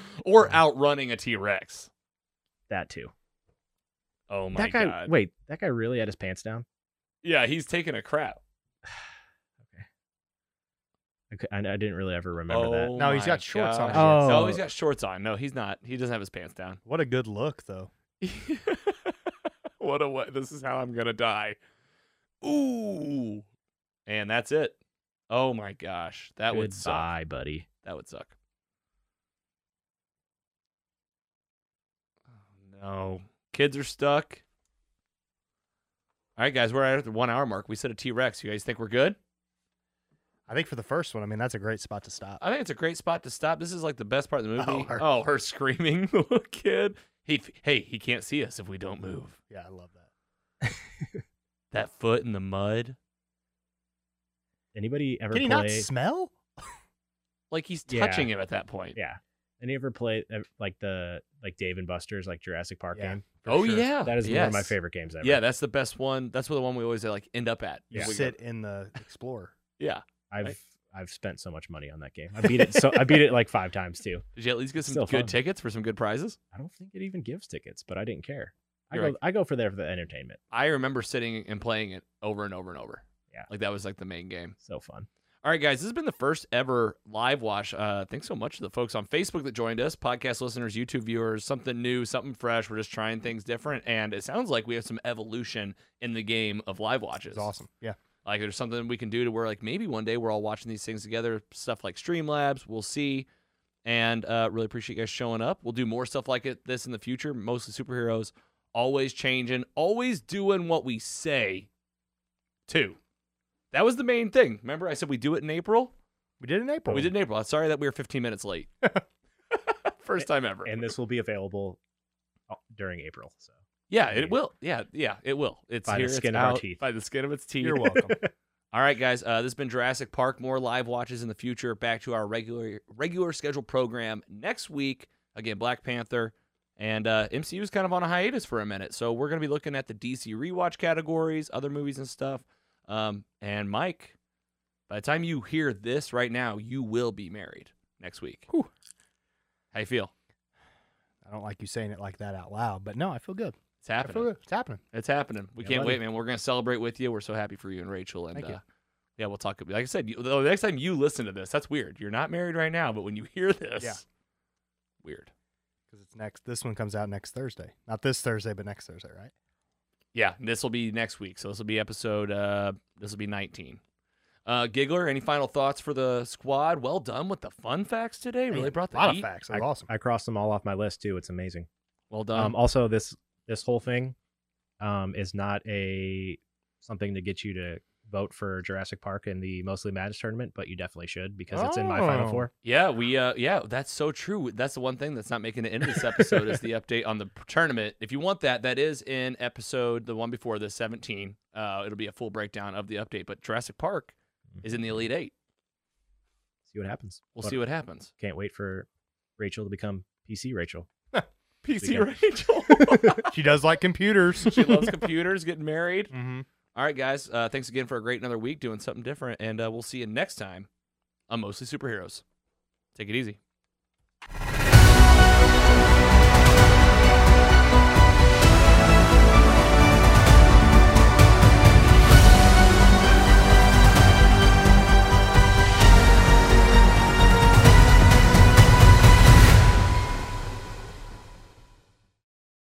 [SPEAKER 3] [laughs]
[SPEAKER 1] or outrunning a T Rex.
[SPEAKER 3] that too.
[SPEAKER 1] Oh my
[SPEAKER 3] that guy.
[SPEAKER 1] god!
[SPEAKER 3] Wait, that guy really had his pants down.
[SPEAKER 1] Yeah, he's taking a crap.
[SPEAKER 3] I, cou- I, I didn't really ever remember
[SPEAKER 1] oh,
[SPEAKER 3] that.
[SPEAKER 2] No, he's
[SPEAKER 1] my
[SPEAKER 2] got shorts on,
[SPEAKER 1] gosh.
[SPEAKER 3] I guess.
[SPEAKER 1] no,
[SPEAKER 3] Oh.
[SPEAKER 1] he's got shorts on. No, he's not. He doesn't have his pants
[SPEAKER 3] [laughs]
[SPEAKER 1] down.
[SPEAKER 2] What a good look, though.
[SPEAKER 1] what a what? This is how I'm gonna die. Ooh, and that's it. Oh my gosh, that would suck.
[SPEAKER 3] Goodbye, buddy.
[SPEAKER 1] That would suck. Oh, no. Kids are stuck. All right, guys, we're at the one hour mark. We said a T Rex. You guys think we're good?
[SPEAKER 2] I think for the first one, I mean, that's a great spot to stop.
[SPEAKER 1] I think it's a great spot to stop. This is like the best part of the movie.
[SPEAKER 2] Oh,
[SPEAKER 1] Oh, her,
[SPEAKER 2] her-
[SPEAKER 1] screaming, [laughs] the little kid. He, hey, he can't see us if we don't move.
[SPEAKER 2] Yeah, I love that.
[SPEAKER 1] That foot in the mud.
[SPEAKER 3] Anybody ever
[SPEAKER 2] Can he
[SPEAKER 3] play?
[SPEAKER 2] not smell?
[SPEAKER 1] Like he's
[SPEAKER 3] Yeah.
[SPEAKER 1] touching him at that point.
[SPEAKER 3] yeah. Any ever play uh, like the like Dave and Buster's like Jurassic Park
[SPEAKER 2] Yeah,
[SPEAKER 3] game?
[SPEAKER 2] for
[SPEAKER 1] Oh,
[SPEAKER 2] sure.
[SPEAKER 1] yeah.
[SPEAKER 3] That is one of my
[SPEAKER 1] Yes.
[SPEAKER 3] favorite games ever.
[SPEAKER 1] Yeah, that's the best one. That's the one we always like end up at.
[SPEAKER 2] You
[SPEAKER 1] We go-
[SPEAKER 2] sit in the Explorer. [laughs]
[SPEAKER 1] Yeah.
[SPEAKER 3] I've
[SPEAKER 1] right.
[SPEAKER 3] I've spent so much money on that game. I beat it so
[SPEAKER 1] [laughs]
[SPEAKER 3] I beat it like five times too.
[SPEAKER 1] Did you at least get some
[SPEAKER 3] Still
[SPEAKER 1] good
[SPEAKER 3] fun.
[SPEAKER 1] tickets for some good prizes?
[SPEAKER 3] I don't think it even gives tickets, but I didn't care. I
[SPEAKER 1] You're
[SPEAKER 3] go
[SPEAKER 1] like-
[SPEAKER 3] I go for there for the entertainment.
[SPEAKER 1] I remember sitting and playing it over and over and over.
[SPEAKER 3] Yeah.
[SPEAKER 1] Like that was like the main game.
[SPEAKER 3] So fun.
[SPEAKER 1] All right, guys, this has been the first ever live watch. Uh, thanks so much to the folks on Facebook that joined us, podcast listeners, YouTube viewers, something new, something fresh. We're just trying things different. And it sounds like we have some evolution in the game of live watches.
[SPEAKER 2] It's awesome. Yeah.
[SPEAKER 1] Like there's something we can do to where like maybe one day we're all watching these things together, stuff like Streamlabs, we'll see. And uh really appreciate you guys showing up. We'll do more stuff like it this in the future, mostly superheroes. always changing, always doing what we say, too. That was the main thing. Remember, I said we do it in April?
[SPEAKER 2] We did it in April.
[SPEAKER 1] We did it in April. I'm Sorry that we were 15 minutes late. First time ever.
[SPEAKER 3] and this will be available uh, during April. So
[SPEAKER 1] yeah, it will. Yeah, yeah, it will. It's
[SPEAKER 3] By the
[SPEAKER 1] here.
[SPEAKER 3] skin
[SPEAKER 1] it's
[SPEAKER 3] of our
[SPEAKER 1] out,
[SPEAKER 3] teeth.
[SPEAKER 1] By the skin of its teeth. [laughs]
[SPEAKER 2] You're welcome.
[SPEAKER 1] All right, guys. Uh, this has been Jurassic Park. More live watches in the future. Back to our regular regular scheduled program next week. Again, Black Panther and uh, MCU is kind of on a hiatus for a minute, so we're going to be looking at the DC rewatch categories, other movies and stuff. Um, and Mike, by the time you hear this right now, you will be married next week.
[SPEAKER 2] Whew.
[SPEAKER 1] How you feel?
[SPEAKER 2] I don't like you saying it like that out loud, but no, I feel good.
[SPEAKER 1] It's
[SPEAKER 2] I feel
[SPEAKER 1] happening.
[SPEAKER 2] good. It's happening.
[SPEAKER 1] It's happening. We
[SPEAKER 3] Yeah,
[SPEAKER 1] can't
[SPEAKER 3] buddy.
[SPEAKER 1] wait, man. We're gonna celebrate with you. We're so happy for you and Rachel. And
[SPEAKER 2] Thank you.
[SPEAKER 1] Uh, yeah, we'll talk. Like I said, you, the next time you listen to this, that's weird. You're not married right now, but when you hear this,
[SPEAKER 2] Yeah.
[SPEAKER 1] weird.
[SPEAKER 2] Because it's next. This one comes out next Thursday. Not this Thursday, but next Thursday, right?
[SPEAKER 1] Yeah, this will be next week. So this will be episode. Uh, this will be 19. Uh, Giggler, any final thoughts for the squad? Well done with the fun facts today. Really
[SPEAKER 2] Man,
[SPEAKER 1] brought the
[SPEAKER 2] a lot
[SPEAKER 1] heat.
[SPEAKER 2] of facts. That was awesome.
[SPEAKER 3] I crossed them all off my list too. It's amazing.
[SPEAKER 1] Well
[SPEAKER 3] Um,
[SPEAKER 1] done.
[SPEAKER 3] also, this this whole thing um, is not a something to get you to vote for Jurassic Park in the Mostly Madness tournament, but you definitely should because it's in my final
[SPEAKER 2] Oh.
[SPEAKER 3] four.
[SPEAKER 1] yeah, we. Uh, yeah, that's so true. That's the one thing that's not making the end of this episode is the update on the tournament. If you want that, that is in episode the one before the 17. Uh, it'll be a full breakdown of the update. But Jurassic Park is in the elite eight.
[SPEAKER 3] See what happens.
[SPEAKER 1] We'll
[SPEAKER 3] But
[SPEAKER 1] see what happens.
[SPEAKER 3] Can't wait for Rachel to become PC Rachel.
[SPEAKER 1] PC
[SPEAKER 3] Speaking.
[SPEAKER 1] Rachel.
[SPEAKER 2] she does like [laughs] computers.
[SPEAKER 1] she loves computers. Getting married.
[SPEAKER 2] hmm
[SPEAKER 1] All right, guys. Uh, thanks again for a great another week doing something different, and uh, we'll see you next time on Mostly Superheroes. Take it easy.